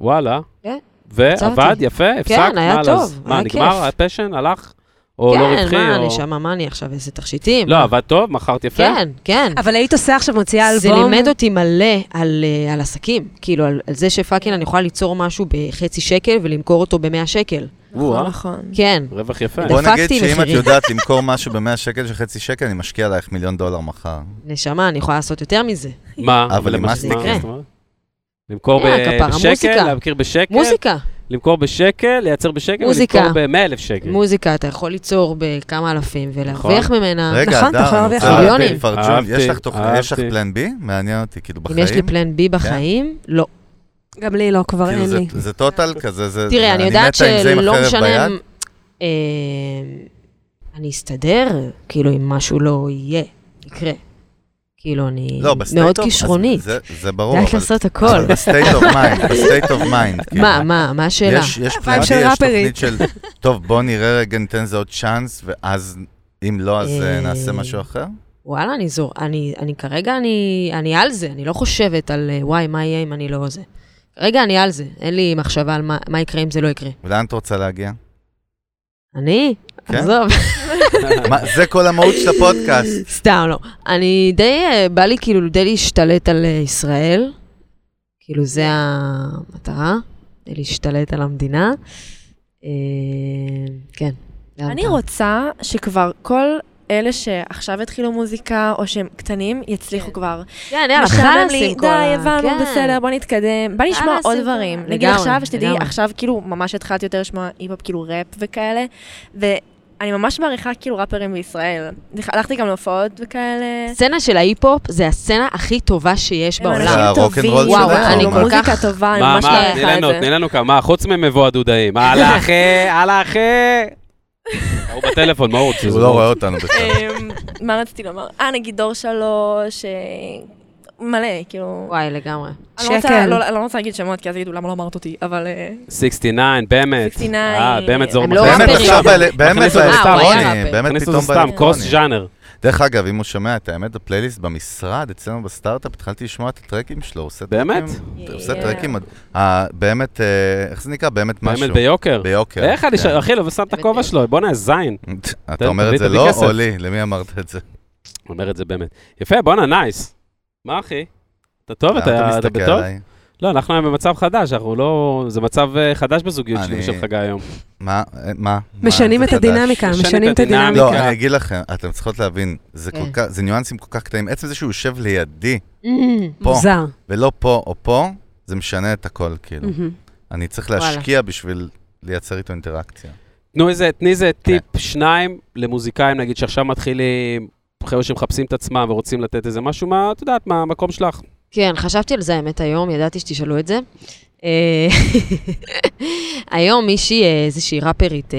וואלה. כן. ועבד, יצרתי. יפה, הפסקת? כן, היה מה, טוב, אז- מה, היה נגמר כיף. הפשן? הלך? או לא רווחי? כן, מה או- אני שמה, מה אני עכשיו, איזה תכשיטים? לא, עבד טוב, מכרת יפה? כן, כן. אבל היית עושה עכשיו, מוציאה אלבום. זה לימד אותי מלא על, אה, על עסקים, כאילו על, על זה שפאקינג אני יכולה ליצור משהו בחצי שקל ולמכור אותו ב-100 שקל. וואו, נכון, נכון. כן. רווח יפה. דפקתי בוא נגיד שאם את מחירים. יודעת למכור משהו ב-100 שקל של חצי שקל, אני משקיע עלייך מיליון דולר מחר. נשמה, אני יכולה לעשות יותר מזה. כן. מה? אבל למה- למה זה מה- יקרה? זאת אומרת? למכור אה, כפרה, בשקל, מוזיקה. להמכיר בשקל, מוזיקה. למכור בשקל, לייצר בשקל, מוזיקה. ולמכור ב-100,000 שקל. מוזיקה, אתה יכול ליצור בכמה אלפים ולהרוויח כן. נכון. ממנה. רגע, נכון, אתה הדר, אני יכול להרוויח רוצה להבין, אוקיי. מיליונים. פרג'ון, יש לך אהבתי, תוכנית, יש לך אהבתי. פלן בי? מעניין אותי, כאילו אם בחיים? יש לי פלן בי בחיים, כן. לא. גם לי לא, כבר כאילו אין זה- לי. זה טוטל כזה, זה... תראה, אני יודעת מתה עם זה עם שלא החרב משנה... ביד. אם- אה, אני אסתדר, כאילו, אם משהו לא יהיה, יקרה. כאילו, אני לא, בסטייט אוף- מאוד אז כישרונית. זה- זה ברור, יודעת אבל... לעשות אבל הכל. בסטייט אוף מיינד, בסטייט אוף מיינד. כאילו. מה, מה, מה השאלה? יש, יש הווייב פלן בי, של יש ראפרית. תוכנית של, טוב, בוא נראה רגע, ניתן לזה עוד צ'אנס, ואז, אם לא, אז אה, אה, נעשה משהו אחר? וואלה, אני זור... אני, אני כרגע, אני, אני על זה, אני לא חושבת על אה, וואי, מה יהיה אם אני לא זה. כרגע אני על זה, אין לי מחשבה על מה, מה יקרה אם זה לא יקרה. ולאן את רוצה להגיע? אני? כן? עזוב, מה, זה כל המהות של הפודקאסט. סתם לא. אני די, אה, בא לי כאילו די להשתלט על אה, ישראל, כאילו זה המטרה, די להשתלט על המדינה. אה, כן. זה אני המטרה. רוצה שכבר כל אלה שעכשיו התחילו מוזיקה, או שהם קטנים, יצליחו כבר. כן, יאללה, משעמם חלאס לי, עם כל די, ה- הבנו, כן. בסדר, בוא נתקדם. בא לי לשמוע חלאס עוד עם כל ה- דברים. נגיד לגמרי, עכשיו, שתדעי, לגמרי. עכשיו כאילו, ממש התחלתי יותר לשמוע היפ-הופ, כאילו ראפ וכאלה, ואני ממש מעריכה כאילו ראפרים בישראל. הלכתי גם להופעות וכאלה. הסצנה של ההיפ-הופ זה הסצנה הכי טובה שיש הם בעולם. אנשים זה הרוקנרול טובים, שלהם, וואו, אני כאילו, כל מוזיקה כך- טובה, אני מה, לא ממש מה, תני מעריכה את לנו, זה. תני לנו כמה, חוץ ממבוא הדודאים. הלאה אחי, הלאה אחי. הוא בטלפון, מה הוא רוצה? הוא לא רואה אותנו בכלל. אמ, מה רציתי לומר? אה, נגיד דור שלוש, אה, מלא, כאילו... וואי, לגמרי. אני לא רוצה- שקל. לא- אני לא רוצה להגיד שמות, כי אז יגידו, למה לא אמרת אותי? אבל... אה, 69, באמת. 69. אה, באמת זורם הם לא אחרי. באמת ראפרים. עכשיו, באל- באמת מכניס אותו סתם. אה, הוא באלקטרוני, היה באמת הכניסו את פתאום זה סתם, קרוס באלקטרוני. ז'אנר. דרך אגב, אם הוא שומע את האמת, הפלייליסט במשרד, אצלנו בסטארט-אפ, התחלתי לשמוע את הטרקים שלו, הוא עושה באמת? טרקים- הוא עושה Yeah. טרקים, עוד- אה, באמת, אה, איך זה נקרא? באמת משהו. באמת ביוקר. ביוקר. איך אני ש... כן. אחי, לא, ושם את באמת הכובע ביוקר. שלו, בואנה, זין. אתה אומר את זה תביא לא כסף. או לי? למי אמרת את זה? הוא אומר את זה באמת. יפה, בואנה, נייס. מה, אחי? אתה טוב? למה אתה אתה אה, מסתכל בטוב? עליי? לא, אנחנו היום במצב חדש, אנחנו לא... זה מצב אה, חדש בזוגיות שלי אני- ושל חגי היום. מה? אה, מה? משנים מה? את זה חדש. הדינמיקה, משנים משנים את את הדינמיקה. לא, הדינמיקה. אני אגיד לכם, אתם צריכות להבין, זה כל כן. כך, זה ניואנסים כל כך קטנים. עצם זה שהוא יושב לידי, Mm. פה. אה, לא. מוזר. ולא פה או פה, זה משנה את הכל, כאילו. מהמם. אני צריך Mm. וואלה. להשקיע בשביל לייצר איתו אינטראקציה. תנו איזה, תני איזה כן. טיפ שניים למוזיקאים, נגיד, שעכשיו מתחילים, חבר'ה שמחפשים את עצמם ורוצים לתת איזה משהו, מה, את יודעת, מה המקום שלך. כן, חשבתי על זה האמת היום, ידעתי שתשאלו את זה. אה, היום מישהי, אה, איזושהי ראפרית, אה,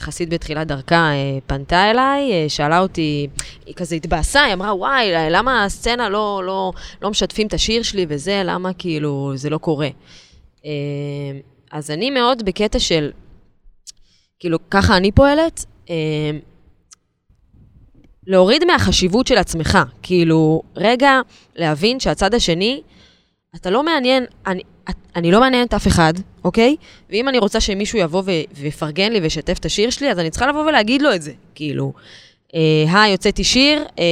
חסיד בתחילת דרכה, אה, פנתה אליי, אה, שאלה אותי, היא כזה התבאסה, היא אמרה, וואי, אה, למה הסצנה לא, לא, לא משתפים את השיר שלי וזה, למה כאילו זה לא קורה? אה, אז אני מאוד בקטע של, כאילו, ככה אני פועלת, אה, להוריד מהחשיבות של עצמך. כאילו, רגע, להבין שהצד השני, אתה לא מעניין, אני, את- אני לא מעניינת אף אחד, אוקיי? ואם אני רוצה שמישהו יבוא ו- ויפרגן לי וישתף את השיר שלי, אז אני צריכה לבוא ולהגיד לו את זה. כאילו, אה, היי, הוצאתי שיר, אה,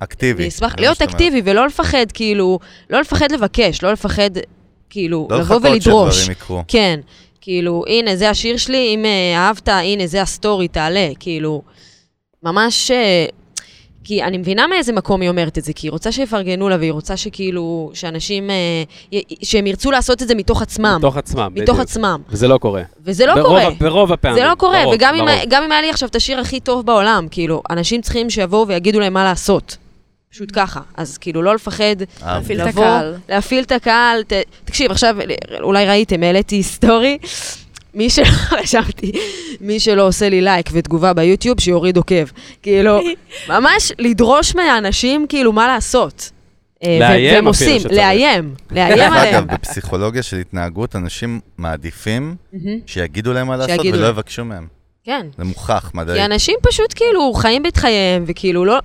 אקטיבי. אני אשמח זה מה להיות שאת אומרת. אקטיבי ולא לפחד, כאילו, לא לפחד לבקש, לא לפחד, כאילו, לא לבוא לחכות ולדרוש. שדברים יקרו. כן, כאילו, הנה, זה השיר שלי, אם אה, אהבת, הנה, זה הסטורי, תעלה, כאילו, ממש... אה, כי אני מבינה מאיזה מקום היא אומרת את זה, כי היא רוצה שיפרגנו לה, והיא רוצה שכאילו, שאנשים, אה, י- שהם ירצו לעשות את זה מתוך עצמם. מתוך עצמם, בדיוק. מתוך עצמם. וזה לא קורה. וזה לא ברוב, קורה. ברוב הפעמים. זה לא קורה, ברוב, וגם אם- ברוב. גם אם היה לי עכשיו את השיר הכי טוב בעולם, כאילו, אנשים צריכים שיבואו ויגידו להם מה לעשות. פשוט ככה. אז כאילו, לא לפחד אהבתי. להפעיל את לבוא, הקהל. להפעיל את הקהל. ת... תקשיב, עכשיו, אולי ראיתם, העליתי סטורי. מי שלא, רשמתי, מי שלא עושה לי לייק ותגובה ביוטיוב, שיוריד עוקב. כאילו, ממש לדרוש מהאנשים, כאילו, מה לעשות. אה, ו- לאיים והם אפילו עושים, שצריך. לאיים, לאיים דרך עליהם. אגב, בפסיכולוגיה של התנהגות, אנשים מעדיפים מהמם. שיגידו להם מה לעשות שיגידו ולא להם. יבקשו מהם. כן. זה מוכח מדעי. כי אנשים פשוט כאילו חיים את חייהם, וכאילו לא...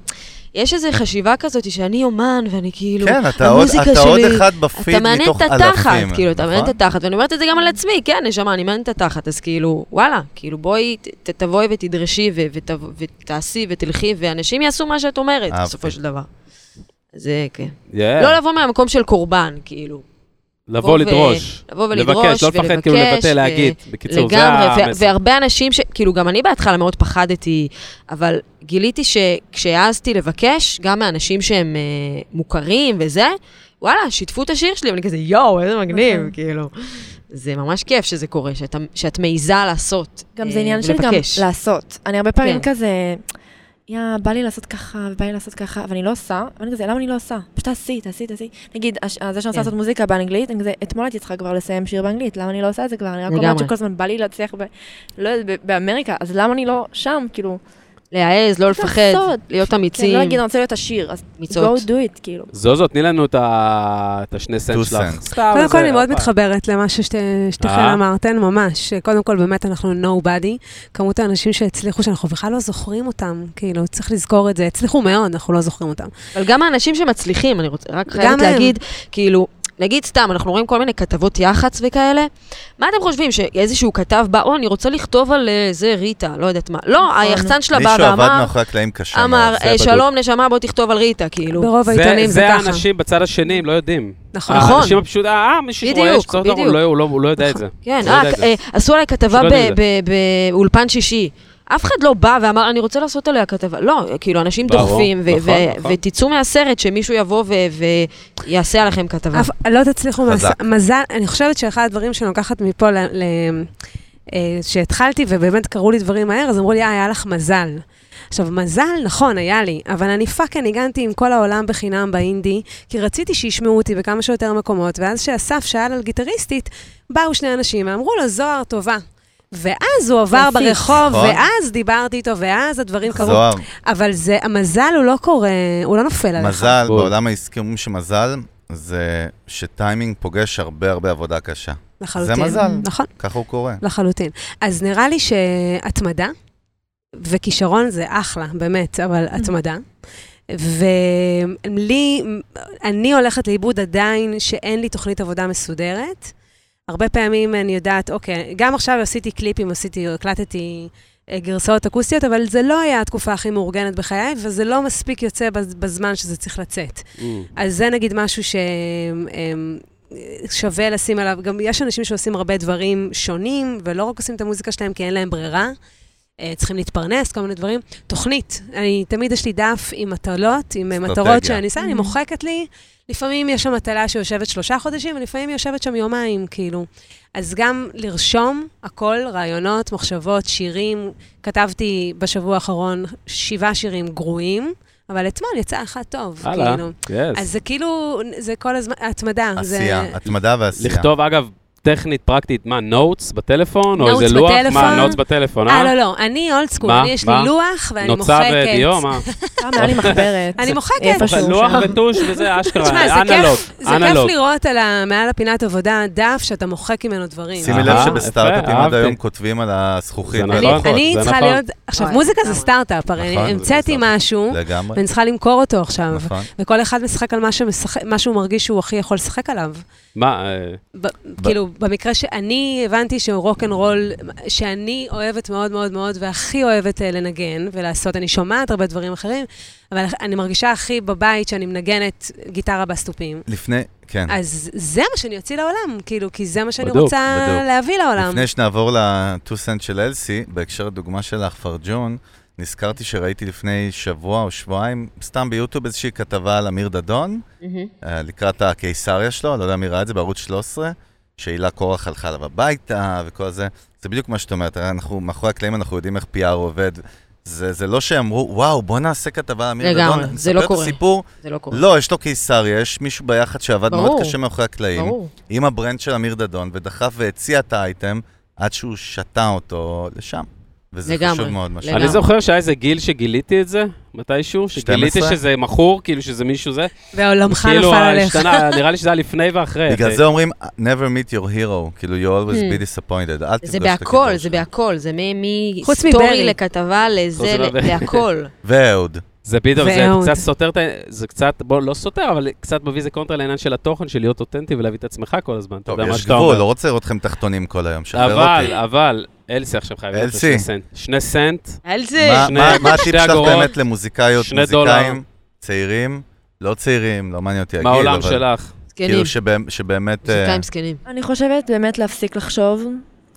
יש איזו חשיבה כזאת שאני אומן, ואני כאילו... כן, אתה עוד המוזיקה אתה עוד שלי, אחד בפיד אתה מעניין מתוך את אלפים. התחת, כאילו, אתה נכון? מעניין את התחת, ואני אומרת את זה גם על עצמי, כן, נשמה, אני מעניינת את התחת, אז כאילו, וואלה, כאילו, בואי, ת- ת- תבואי ותדרשי, ו- ותב- ותעשי ותלכי, ואנשים יעשו מה שאת אומרת, אהבתי. בסופו של דבר. זה כן. Yeah. לא לבוא מהמקום של קורבן, כאילו. לבוא ו- לדרוש. לבוא ולדרוש, לבקש, לא לפחד כאילו ולבקש, לבטא, ו- להגיד. בקיצור, זה לגמרי, ו- המסר. והרבה אנשים ש... כאילו, גם אני בהתחלה מאוד פחדתי, אבל גיליתי שכשהעזתי לבקש, גם מאנשים שהם אה, מוכרים וזה, וואלה, שיתפו את השיר שלי, ואני כזה, יואו, איזה מגניב, נכון. כאילו. זה ממש כיף שזה קורה, שאתה, שאת מעיזה לעשות. גם אה, זה עניין של גם ולבקש. לעשות. אני הרבה פעמים כן. כזה, יא, בא לי לעשות ככה, ובא לי לעשות ככה, ואני לא עושה, ואני כזה, למה אני לא עושה? פשוט תעשי, תעשי, תעשי. נגיד, הש- אה, זה שאני כן. רוצה לעשות מוזיקה באנגלית, אני כזה, אתמול הייתי צריכה כבר לסיים שיר באנגלית, למה אני לא עושה את זה כבר? אני רק אומרת לגמרי. שכל הזמן בא לי להצליח ב... לא יודעת, ב- באמריקה, אז למה אני לא שם? כאילו, להעז, לא לעשות. לפחד, להיות כן, לא אמיצים, להגיד, אני רוצה להיות עשיר, אז go אמיצות. do it, כאילו. זוזו, תני לנו את ה- את השני Two סנט שלך. cents. סתם, קודם כל, אה, זה- אני מאוד הופה. מתחברת למה ששת- אה. ששתיכן אמרתן, ממש. קודם כל, באמת, אנחנו nobody. כמות האנשים שהצליחו, שאנחנו בכלל לא זוכרים אותם, כאילו, צריך לזכור את זה. הצליחו מאוד, אנחנו לא זוכרים אותם. אבל גם האנשים שמצליחים, אני רוצה, רק חייבת גם הם. להגיד, כאילו, נגיד סתם, אנחנו רואים כל מיני כתבות יח"צ וכאלה, מה אתם חושבים, שאיזשהו כתב בא, או, אני רוצה לכתוב על אה, זה ריטה, לא יודעת מה. נכון. לא, היחצן שלה בא מישהו עבד ואמר, מאחורי הקלעים קשה. אמר, מאוד. נכון זה אה, בדוק. שלום נשמה, בוא תכתוב על ריטה, כאילו. ברוב זה- העיתונים זה זה ככה. האנשים בצד השני, הם לא יודעים. נכון. נכון. נכון. האנשים הפשוט, אה, אה, מישהו בדיוק, שרואה שצריך בדיוק. הוא לא- הוא לא- הוא לא יודע את זה. כן, לא אה, יודע את זה. אה, עשו עליי כתבה שלא יודע את ב- ב- באולפן שישי. אף אחד לא בא ואמר, אני רוצה לעשות עליה כתבה. לא, כאילו, אנשים ברור, דוחפים, ו- נכון, ו- נכון. ותצאו מהסרט שמישהו יבוא ו- ויעשה עליכם כתבה. אף, לא תצליחו, מז, חזק. מזל, אני חושבת שאחד הדברים שאני לוקחת מפה, ל, ל, אה, שהתחלתי ובאמת קרו לי דברים מהר, אז אמרו לי, אה, היה לך מזל. עכשיו, מזל, נכון, היה לי, אבל אני פאקינג הגנתי עם כל העולם בחינם באינדי, כי רציתי שישמעו אותי בכמה שיותר מקומות, ואז כשאסף שאל על גיטריסטית, באו שני אנשים ואמרו לו, זוהר טובה. ואז הוא עבר יפי. ברחוב, נכון. ואז דיברתי איתו, ואז הדברים קרו. זוהר, אבל זה, המזל הוא לא קורה, הוא לא נופל עליך. מזל, בול. בעולם העסקי אומרים שמזל זה שטיימינג פוגש הרבה הרבה עבודה קשה. לחלוטין. מזל. נכון. ככה הוא קורה. לחלוטין. אז נראה לי שהתמדה, וכישרון זה אחלה, באמת, אבל התמדה. ולי, אני הולכת לאיבוד עדיין שאין לי תוכנית עבודה מסודרת. הרבה פעמים אני יודעת, אוקיי, גם עכשיו עשיתי קליפים, עשיתי, הקלטתי אה, גרסאות אקוסטיות, אבל זה לא היה התקופה הכי מאורגנת בחיי, וזה לא מספיק יוצא בז- בזמן שזה צריך לצאת. Mm. אז זה נגיד משהו ששווה לשים עליו. גם יש אנשים שעושים הרבה דברים שונים, ולא רק עושים את המוזיקה שלהם כי אין להם ברירה. אה, צריכים להתפרנס, כל מיני דברים. תוכנית, אני תמיד יש לי דף עם מטלות, עם אה, מטרות אסטרטגיה. שאני עושה, אני מוחקת לי. לפעמים יש שם מטלה שיושבת שלושה חודשים, ולפעמים היא יושבת שם יומיים, כאילו. אז גם לרשום הכל, רעיונות, מחשבות, שירים. כתבתי בשבוע האחרון שבעה שירים גרועים, אבל אתמול יצא אחד טוב, הלאה, כאילו. אז יס. זה כאילו, זה כל הזמן, התמדה. עשייה, לא, זה... התמדה ועשייה. לכתוב, אגב, טכנית, פרקטית, מה, נוטס בטלפון? או Notes איזה לוח? מה, בטלפון. נוטס בטלפון, אה, אה? לא, לא, אני אולד סקול, מה? אני יש לי מה? לוח, ואני מוחקת. נוצה ודיו, מה? פעם היה לי אוקיי. מחברת. אני מוחקת. איפשהו שם. לוח וטוש וזה תשמע, אשכרה, זה אנלוג, כיף, זה כיף אנלוג. לראות על ה- מעל הפינת עבודה דף שאתה מוחק ממנו דברים. שימי לב אהה, שבסטארט-אפים אה, יפה, עד היום אהבתי. כותבים על הזכוכית. זה ועל נכון. הלוחות. אני זה צריכה נכון. להיות, עכשיו, אוי, מוזיקה זה לגמרי. סטארט-אפ, הרי נכון, זה המצאתי בסטארט-אפ. משהו, נכון. לגמרי, ואני צריכה למכור אותו עכשיו. נכון. וכל אחד משחק על מה שמשחק- מה שהוא מרגיש שהוא הכי יכול לשחק עליו. מה, אה, ב- כאילו, במקרה שאני הבנתי שרוקנרול, שאני אוהבת מאוד מאוד מאוד, והכי אוהבת אה, לנגן ולעשות, אני שומעת הרבה דברים אחרים, אבל אני מרגישה הכי בבית שאני מנגנת גיטרה בסטופים. לפני, כן. אז זה מה שאני אוציא לעולם, כאילו, כי זה מה שאני בדוק, רוצה בדוק. להביא לעולם. לפני שנעבור לטוסנט של אלסי, בהקשר לדוגמה שלך, פרג'ון, נזכרתי שראיתי לפני שבוע או שבועיים, סתם ביוטיוב איזושהי כתבה על אמיר דדון, מהמם. אה, לקראת הקיסריה שלו, אני לא יודע מי ראה את זה, בערוץ 13, שהילה קורח הלכה אליו הביתה וכל זה. זה בדיוק מה שאת אומרת, הרי אנחנו, מאחורי הקלעים אנחנו יודעים איך PR עובד. זה, זה לא שאמרו, וואו, בוא נעשה כתבה על אמיר לגמרי, דדון, זה נספר לא את קורה. הסיפור. זה לא קורה. לא, יש לו קיסריה, יש מישהו ביחד שעבד ברור. מאוד קשה מאחורי הקלעים. ברור. עם הברנד של אמיר דדון, ודחף והציע את האייטם עד שהוא שתה אותו לשם. וזה לגמרי, חשוב מאוד מה ש... לגמרי. אני זוכר שהיה איזה גיל שגיליתי את זה, מתישהו, שגיליתי 12? שזה מכור, כאילו שזה מישהו זה, ועולמך כאילו נפל עליך. השתנה, נראה לי שזה היה לפני ואחרי. בגלל אחי. זה אומרים, never meet your hero, כאילו, you always be disappointed, אל תפגוש Hmm. זה את הגיבור בהכל, זה שלך. בהכל, זה מ- חוץ מסטורי מברי. לכתבה חוץ לזה, מברי. בהכל. ואהוד, זה בדיוק, זה ואהוד. קצת סותר, את ה- זה קצת, בוא, לא סותר, אבל קצת מביא זה קונטרה לעניין של התוכן, של להיות אותנטי ולהביא את עצמך כל הזמן, אתה טוב, יודע מה יש שאתה גבול, לא אומר. אה, רוצה לראות אתכם תחתונים כל היום, שחרר אבל, אותי. אבל, אלסי עכשיו חייב להיות לו אלסי. שני סנט. שני סנט, על זה. מה- שני- מה- מה שתי הטיפ שלך אגורות, באמת למוזיקאיות, שני דולר. מוזיקאים, צעירים, לא צעירים, לא מעניין אותי הגיל, מהעולם אבל שלך. זקנים. כאילו שבאמת- שבאמת... אה, מוזיקאים זקנים. אני חושבת באמת להפסיק לחשוב,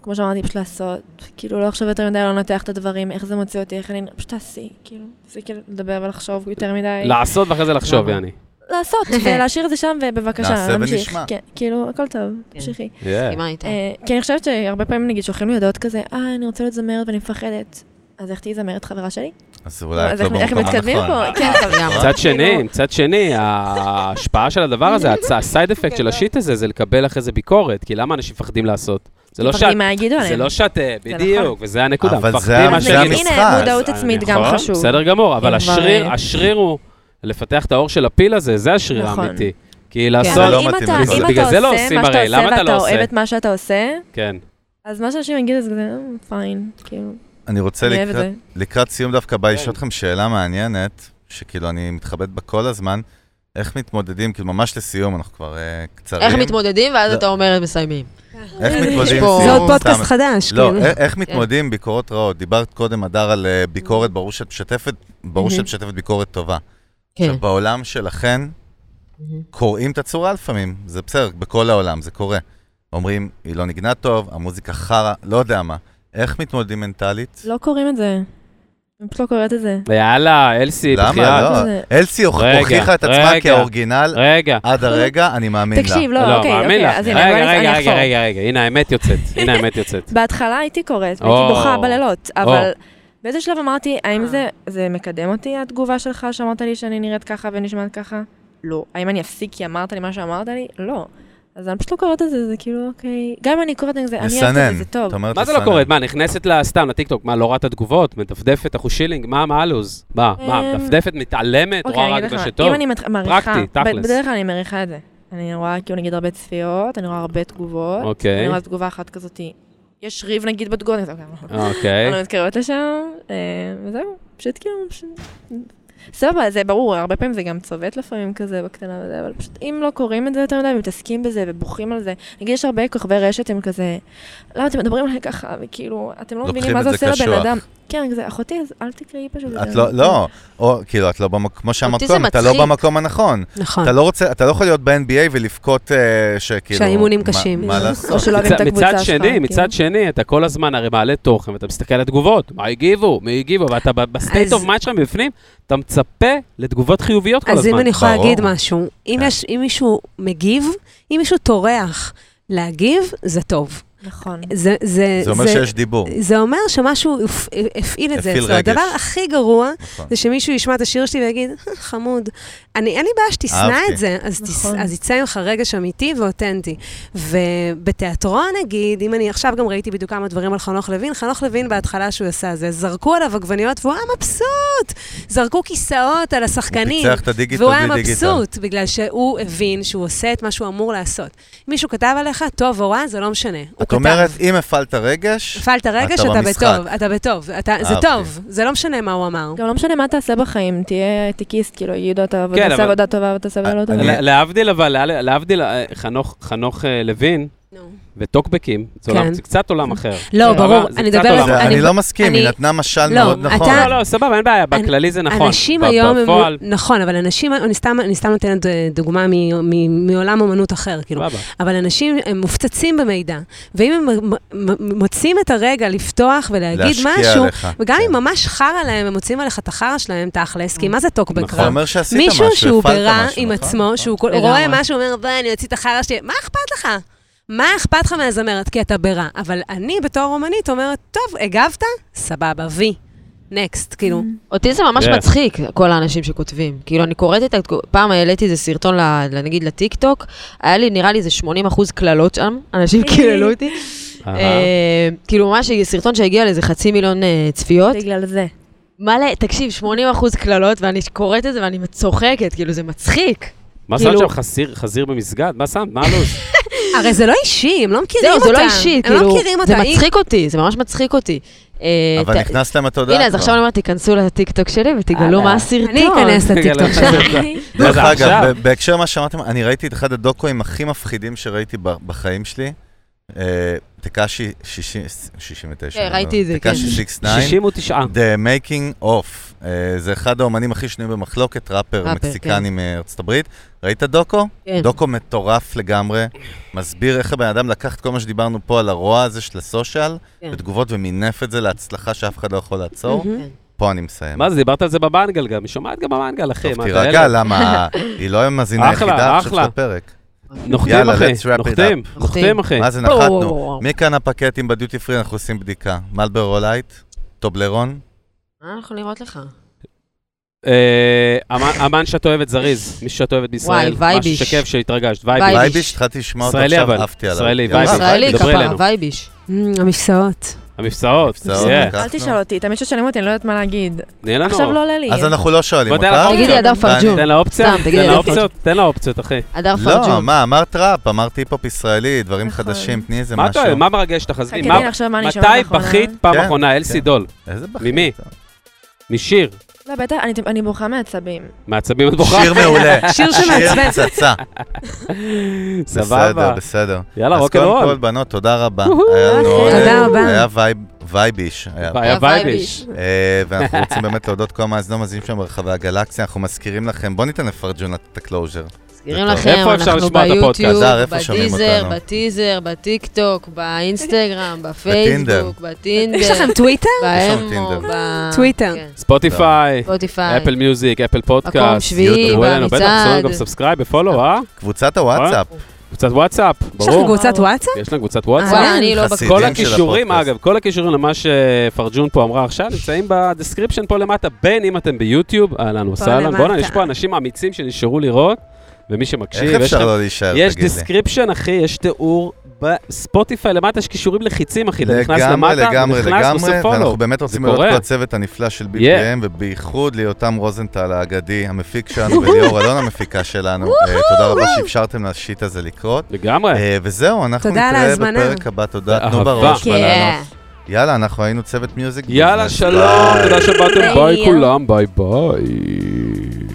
כמו שאמרתי, פשוט לעשות. כאילו, לא לחשוב יותר מדי, לא לנתח את הדברים, איך זה מוציא אותי, איך אני... פשוט תעשי, כאילו. תפסיקי לדבר ולחשוב יותר מדי. לא. לעשות ואחרי זה לחשוב, למה? יעני. לעשות, ולהשאיר את זה שם, ובבקשה, נעשה להמשיך. ונשמע. כן, כאילו, הכל טוב, תמשיכי. Yeah. מסכימה איתה. אה, כי אני חושבת שהרבה פעמים, נגיד, שולחים לי הודעות כזה, אה, אני רוצה להיות זמרת ואני מפחדת. אז איך תהיי זמרת חברה שלי? אז אולי את אז לא איך איך במקום מתקדמים הנכון. פה? כן, אבל- לגמרי. מצד שני, כאילו- מצד שני, ההשפעה של הדבר הזה, הצ- הסייד אפקט של השיט הזה, זה לקבל אחרי זה ביקורת, כי למה אנשים מפחדים לעשות? זה לא שאת, מפחדים מה יגידו זה עליהם. לא שאת, אה, נכון. בדיוק, וזה הנקודה, אבל זה מפחדים מה ה- אז זה שיגידו. נגיד, המשחק. הנה, מודעות אז עצמית אני גם יכול, חשוב. נכון. בסדר גמור, אבל אם השריר, כבר, אה, השריר הוא לפתח את האור של הפיל הזה, זה השריר נכון. האמיתי. כי זה כן. אבל לעשות, לא אם מתאים אתה- לכל אם זה. אתה בגלל זה לא עושה עושים מה הרי, שאתה למה אתה עושה לא ואתה עושה? אוהב את מה שאתה עושה, כן. אז מה שאנשים יגידו זה כזה, פיין, כאילו, אני רוצה אני אוהב את לקראת זה. לקראת סיום דווקא בא כן. לשאול אתכם שאלה מעניינת, שכאילו אני מתחבט בה כל הזמן, איך מתמודדים, כאילו ממש לסיום, אנחנו כבר אה, קצרים. איך מתמודדים, ואז לא. אתה אומר, מסיימים. איך יש מתמודדים? פה- סיום, זה עוד אה, סתם. פודקאסט חדש, לא, כאילו. איך- איך מתמודדים עם ביקורות רעות? דיברת קודם, הדר, על אה, ביקורת, ברור שאת משתפת, ברור שאת משתפת ביקורת טובה. כן. עכשיו, בעולם שלכן, קוראים את הצורה לפעמים, זה בסדר, בכל העולם זה קורה. אומרים, היא לא נגנה טוב, המוזיקה חרא, לא יודע מה. איך מתמודדים מנטלית? לא קוראים את זה. אני פשוט לא קוראת את זה. יאללה, אלסי, למה? בחייאת. לא. זה- אלסי הוכ- רגע, הוכיחה את עצמה רגע. כאורגינל רגע. עד אה? הרגע, אני מאמין לה. תקשיב, לא, לא, אוקיי, מאמין אוקיי, לך. אז הנה, בוא רגע, אני- רגע, אני רגע, אחזור. רגע, רגע, הנה האמת יוצאת. הנה האמת יוצאת. בהתחלה הייתי קוראת, או. והייתי בוכה בלילות, אבל או. באיזה שלב אמרתי, האם אה. זה- זה מקדם אותי, התגובה שלך, שאמרת לי שאני נראית ככה ונשמעת ככה? לא. האם אני אפסיק כי אמרת לי מה שאמרת לי? לא. אז אני פשוט לא קוראת את זה, זה כאילו, אוקיי. גם אם אני קוראת את זה, אני אוהבת את לסנן. זה, זה טוב. את אומרת מה זה לסנן. לא קוראת? מה, נכנסת לה סתם לטיקטוק? מה, לא רואה את התגובות? מדפדפת, אחו שילינג? מה, מה הלו"ז? מה, מה, אמ, מדפדפת, מתעלמת, אוקיי, רואה אני רק אגיד מה לך, אם שטוב? אני מת- מעריכה, פרקטי, ב- תכלס. בדרך כלל אני מעריכה את זה. אני רואה כאילו נגיד הרבה צפיות, אני רואה הרבה תגובות. אוקיי. אני רואה תגובה אחת כזאת, יש ריב נגיד בתגובות, אני כזה, "אוקיי, אני אוקיי. לא מתקרבת לשם, אה, וזהו, פשוט כאילו, פשוט- סבבה, זה ברור, הרבה פעמים זה גם צובט לפעמים כזה בקטנה וזה, אבל פשוט אם לא קוראים את זה יותר מדי ומתעסקים בזה ובוכים על זה, נגיד יש הרבה כוכבי רשת הם כזה, למה אתם מדברים עליי ככה, וכאילו, אתם לא מבינים לוקחים מה את זה זה עושה לבן קשוח. אדם. כן, כזה, אחותי, אז אל תקראי פשוט. את לא, לא, או כאילו, את לא במקום, כמו שאמרת אותי זה קודם, אתה לא מצחיק. במקום הנכון. נכון. אתה לא רוצה, אתה לא יכול להיות ב-NBA ולבכות אה, שכאילו... שהאימונים מה- קשים. מה או לעשות? שלא אוהבים את מצד- הקבוצה מצד שלך. שני, כאילו. כן. מצד שני, אתה כל הזמן הרי מעלה תוכן, ואתה מסתכל על התגובות, מה הגיבו, מי הגיבו, ואתה ב- בסטייט אז- אוף מיינד שלך מבפנים, אתה מצפה לתגובות חיוביות כל אז הזמן. אם אני יכולה ברור. להגיד משהו, אם כן. יש- אם מישהו מגיב, אם מישהו טורח להגיב, זה טוב. נכון. זה- זה זה אומר זה- שיש דיבור. זה אומר שמשהו הפ- הפעיל את זה הפעיל אצלו. רגש. הדבר הכי גרוע נכון. זה שמישהו ישמע את השיר שלי ויגיד, "אה, חמוד. אני, אין לי בעיה שתשנא אהבתי. את זה, אז, תס... נכון. אז יצא ממך רגש אמיתי ואותנטי. ובתיאטרון, נגיד, אם אני עכשיו גם ראיתי בדיוק כמה דברים על חנוך לוין, חנוך לוין בהתחלה שהוא עשה זה, זרקו עליו עגבניות והוא היה מבסוט. זרקו כיסאות על השחקנים. פיצח את הדיגיטל והוא היה בלי דיגיטל. מבסוט, בגלל שהוא הבין שהוא עושה את מה שהוא אמור לעשות. מישהו כתב עליך, טוב או רע, זה לא משנה. הוא את כתב. אומרת, אם הפעלת רגש, הפעלת רגש, אתה אתה במשחק. אה, אוקיי. בטוב, אתה בטוב, אתה- זה אהבתי. טוב, זה לא משנה מה הוא אמר. גם לא משנה מה תעשה בחיים, תהיה הייטקיסט, כאילו, יהודה, אתה כן, תעשה אבל- עבודה טובה ותעשה עבודה לא טובה. לה- להבדיל, אבל, לה- להבדיל, אה, חנוך- חנוך אה, לוין נו. וטוקבקים, זה כן. עולם- זה קצת עולם אחר. לא, זה ברור, עולם- זה אני קצת מדברת... עולם זה- אני לא מסכים, היא אני- נתנה משל לא, מאוד אתה- נכון. לא, לא, סבבה, אין בעיה, בכללי זה נכון. אנשים ב- היום הם... בפועל, נכון, אבל אנשים... אני סתם, אני סתם נותנת אה, דוגמה מ, מ, מעולם אומנות אחר, כאילו. סבבה. אבל אנשים הם מופצצים במידע, ואם הם מ- מ- מ- מוצאים את הרגע לפתוח ולהגיד להשקיע משהו, עליך, וגם כן. אם ממש חרא להם, הם מוצאים עליך את החרא שלהם תכלס, כי מה זה טוקבק נכון. זה רע? אומר שעשית משהו, מישהו שהוא הפעלת ברע משהו, עם נכון? עצמו, שהוא כל- לגמרי. רואה משהו, אומר, בואי, אני אוציא את החרא שלי, מה אכפת לך? מה אכפת לך מהזמרת? כי אתה ברע. אבל אני בתור אומנית אומרת, טוב, הגבת? סבבה, וי. נקסט, כאילו. אותי זה ממש כן. מצחיק, כל האנשים שכותבים. כאילו, אני קוראת את ה... פעם העליתי איזה סרטון, ל- ל- נגיד, לטיקטוק, היה לי, נראה לי, איזה 80 אחוז קללות שם, אנשים קיללו אותי. אהה. אה, כאילו, ממש סרטון שהגיע לאיזה חצי מיליון אה, צפיות. בגלל זה. מלא, תקשיב, 80 אחוז קללות, ואני קוראת את זה ואני צוחקת, כאילו, זה מצחיק. מה שמת כאילו- שם, חזיר- חזיר במסגד? מה שמת? מה הלו"ז? הרי זה לא אישי, הם לא מכירים זהו, אותה. זה לא אישי, הם לא כאילו, מכירים אותה. זה מצחיק אותי, זה ממש מצחיק אותי. אה, ת- אבל נכנסת להם התודעה הנה, אז עכשיו אני אומרת, תיכנסו לטיקטוק שלי ותגלו אה, מה לא. הסרטון. אני אכנס לטיקטוק רגע, שלך. לא, דרך זה עכשיו. אגב, ב- בהקשר למה שאמרתם, אני ראיתי את אחד הדוקואים הכי מפחידים שראיתי ב- בחיים שלי. אה, תקאשי 60 69. כן, לא, ראיתי את זה, כן. תקאשי 69. 69. The Making of. אה, זה אחד האומנים הכי שנויים במחלוקת, ראפר ראפר, מקסיקני מארצות הברית. ראית דוקו? כן. דוקו מטורף לגמרי. מסביר איך הבן אדם לקח את כל מה שדיברנו פה על הרוע הזה של הסושיאל, כן. בתגובות ומינף את זה להצלחה שאף אחד לא יכול לעצור. מהמם. פה אני מסיים. מה זה, דיברת על זה בבנגל גם, היא שומעת גם בבנגל, אחי. טוב, מה, אתה תירגע, ילד? למה היא לא המאזינה אחלה, היחידה עכשיו של אחלה. הפרק. נוחתים, יאללה, אחי, let's wrap it נוחתים, up. נוחתים, אחי. מה זה, וואו, וואו, נחתנו. וואו. מכאן הפקטים בדיוטי פרי, אנחנו עושים בדיקה. מלברו לייט, טובלרון, מה אנחנו לראות לך? אה, אמן- אמן שאת אוהבת זריז, מישהו שאת אוהבת בישראל. וואי, משהו וייביש. שכיף שהתרגשת, וייביש. וייביש. וייביש, התחלתי לשמוע אותו ישראלי, עכשיו, אבל. עפתי עליו. ישראלי, יאללה, וייביש. ישראלי דברי כפרה, אלינו. וייביש. Mm, המפסעות. המבצעות. המבצעות, זה. אה, לקחנו. אל תשאל אותי, תמיד ששואלים אותי, אני לא יודעת מה להגיד. תני לנו. עכשיו לא עולה לי. אז אנחנו לא שואלים בוא, תן אותך. לך תגידי, אופציות. אדר פרג'ון. תן לה אופציה, סתם, תן תגידי, לה אוקיי. אופציות, תן לה אופציות, אחי. הדר לא, פרג'ון. מה, אמרת ראפ, אמרת היפ-הופ ישראלי, דברים נכון. חדשים, תני איזה מה אתה אוהב? משהו. מה מרגש אותך? עזבי, חכי, מה- תן לי לחשוב מה אני שומעת מתי לאחרונה. בכית פעם כן, אחרונה, אלסי כן. דול? איזה בחור. ממי? אתה. משיר. לא, בטח, אני- אני בוכה מעצבים. מעצבים את בוכה? שיר מעולה. שיר שמעצבן. שיר פצצה. סבבה. בסדר, בסדר. יאללה, אז רוקנרול. קודם כל, בנות, תודה רבה. אוהו, היה לנו אחי. עונג. תודה רבה. היה וייב, וייביש. היה. היה וייביש. וייביש. אה, ואנחנו רוצים באמת להודות כל המאזינים המאזינים שלנו ברחבי הגלקסיה, אנחנו מזכירים לכם, בואו ניתן לפרג'ון את הקלוז'ר. מזכירים זה טוב. לכם, איפה אפשר אנחנו לשמוע את הפודקאסט? ביוטיוב, הדר, איפה שומעים בטיזר, אותנו? בטיזר, בטיקטוק, באינסטגרם, בטינדר. בפייסבוק, בטינדר. יש לכם טוויטר? יש לנו באמו, טינדר. ב- טוויטר. כן, ספוטיפיי, ספוטיפיי. אה, אפל מיוזיק, אפל פודקאסט. מקום שביעי, תראו אלינו, בטח, עשו לנו במצעד. גם סאבסקרייב ופולו, אה? קבוצת הוואטסאפ, קבוצת וואטסאפ, יש לך ברור. קבוצת וואטסאפ? יש לנו קבוצת וואטסאפ. אה, אני לא חסיד. בקבוצה. כל ידידים של הכישורים, הפודקאסט. אגב, כל הכישורים למה שפרג'ון פה אמרה עכשיו, נמצאים בדסקריפשן פה למטה, בין אם אתם ביוטיוב, אהלן וסהלן. למטה. בואנה, יש פה אנשים אמיצים שנשארו לראות, ומי שמקשיב, איך יש אפשר לכם- לא להישאר, יש תגיד לי. דסקריפשן, אחי, יש תיאור בספוטיפיי למטה, יש כישורים לחיצים, אחי. אתה נכנס לגמרי, למטה, לגמרי, נכנס, לגמרי, עושה ואנחנו follow. באמת רוצים זה לראות קורה. כל הצוות הנפלא של BPM, Yeah. ובייחוד ליותם רוזנטל האגדי, המפיק שלנו, וליאור אלון המפיקה שלנו. אה, תודה רבה שאפשרתם לשיט הזה לקרות. לגמרי. אה, וזהו, אנחנו תודה על נתראה ההזמנה. בפרק הבא, תודה, תנו באהבה. בראש בלילות. כן. יאללה, אנחנו היינו צוות מיוזיק. יאללה, ביזנס. שלום, תודה שבאתם, ביי ביי. כולם, ביי ביי.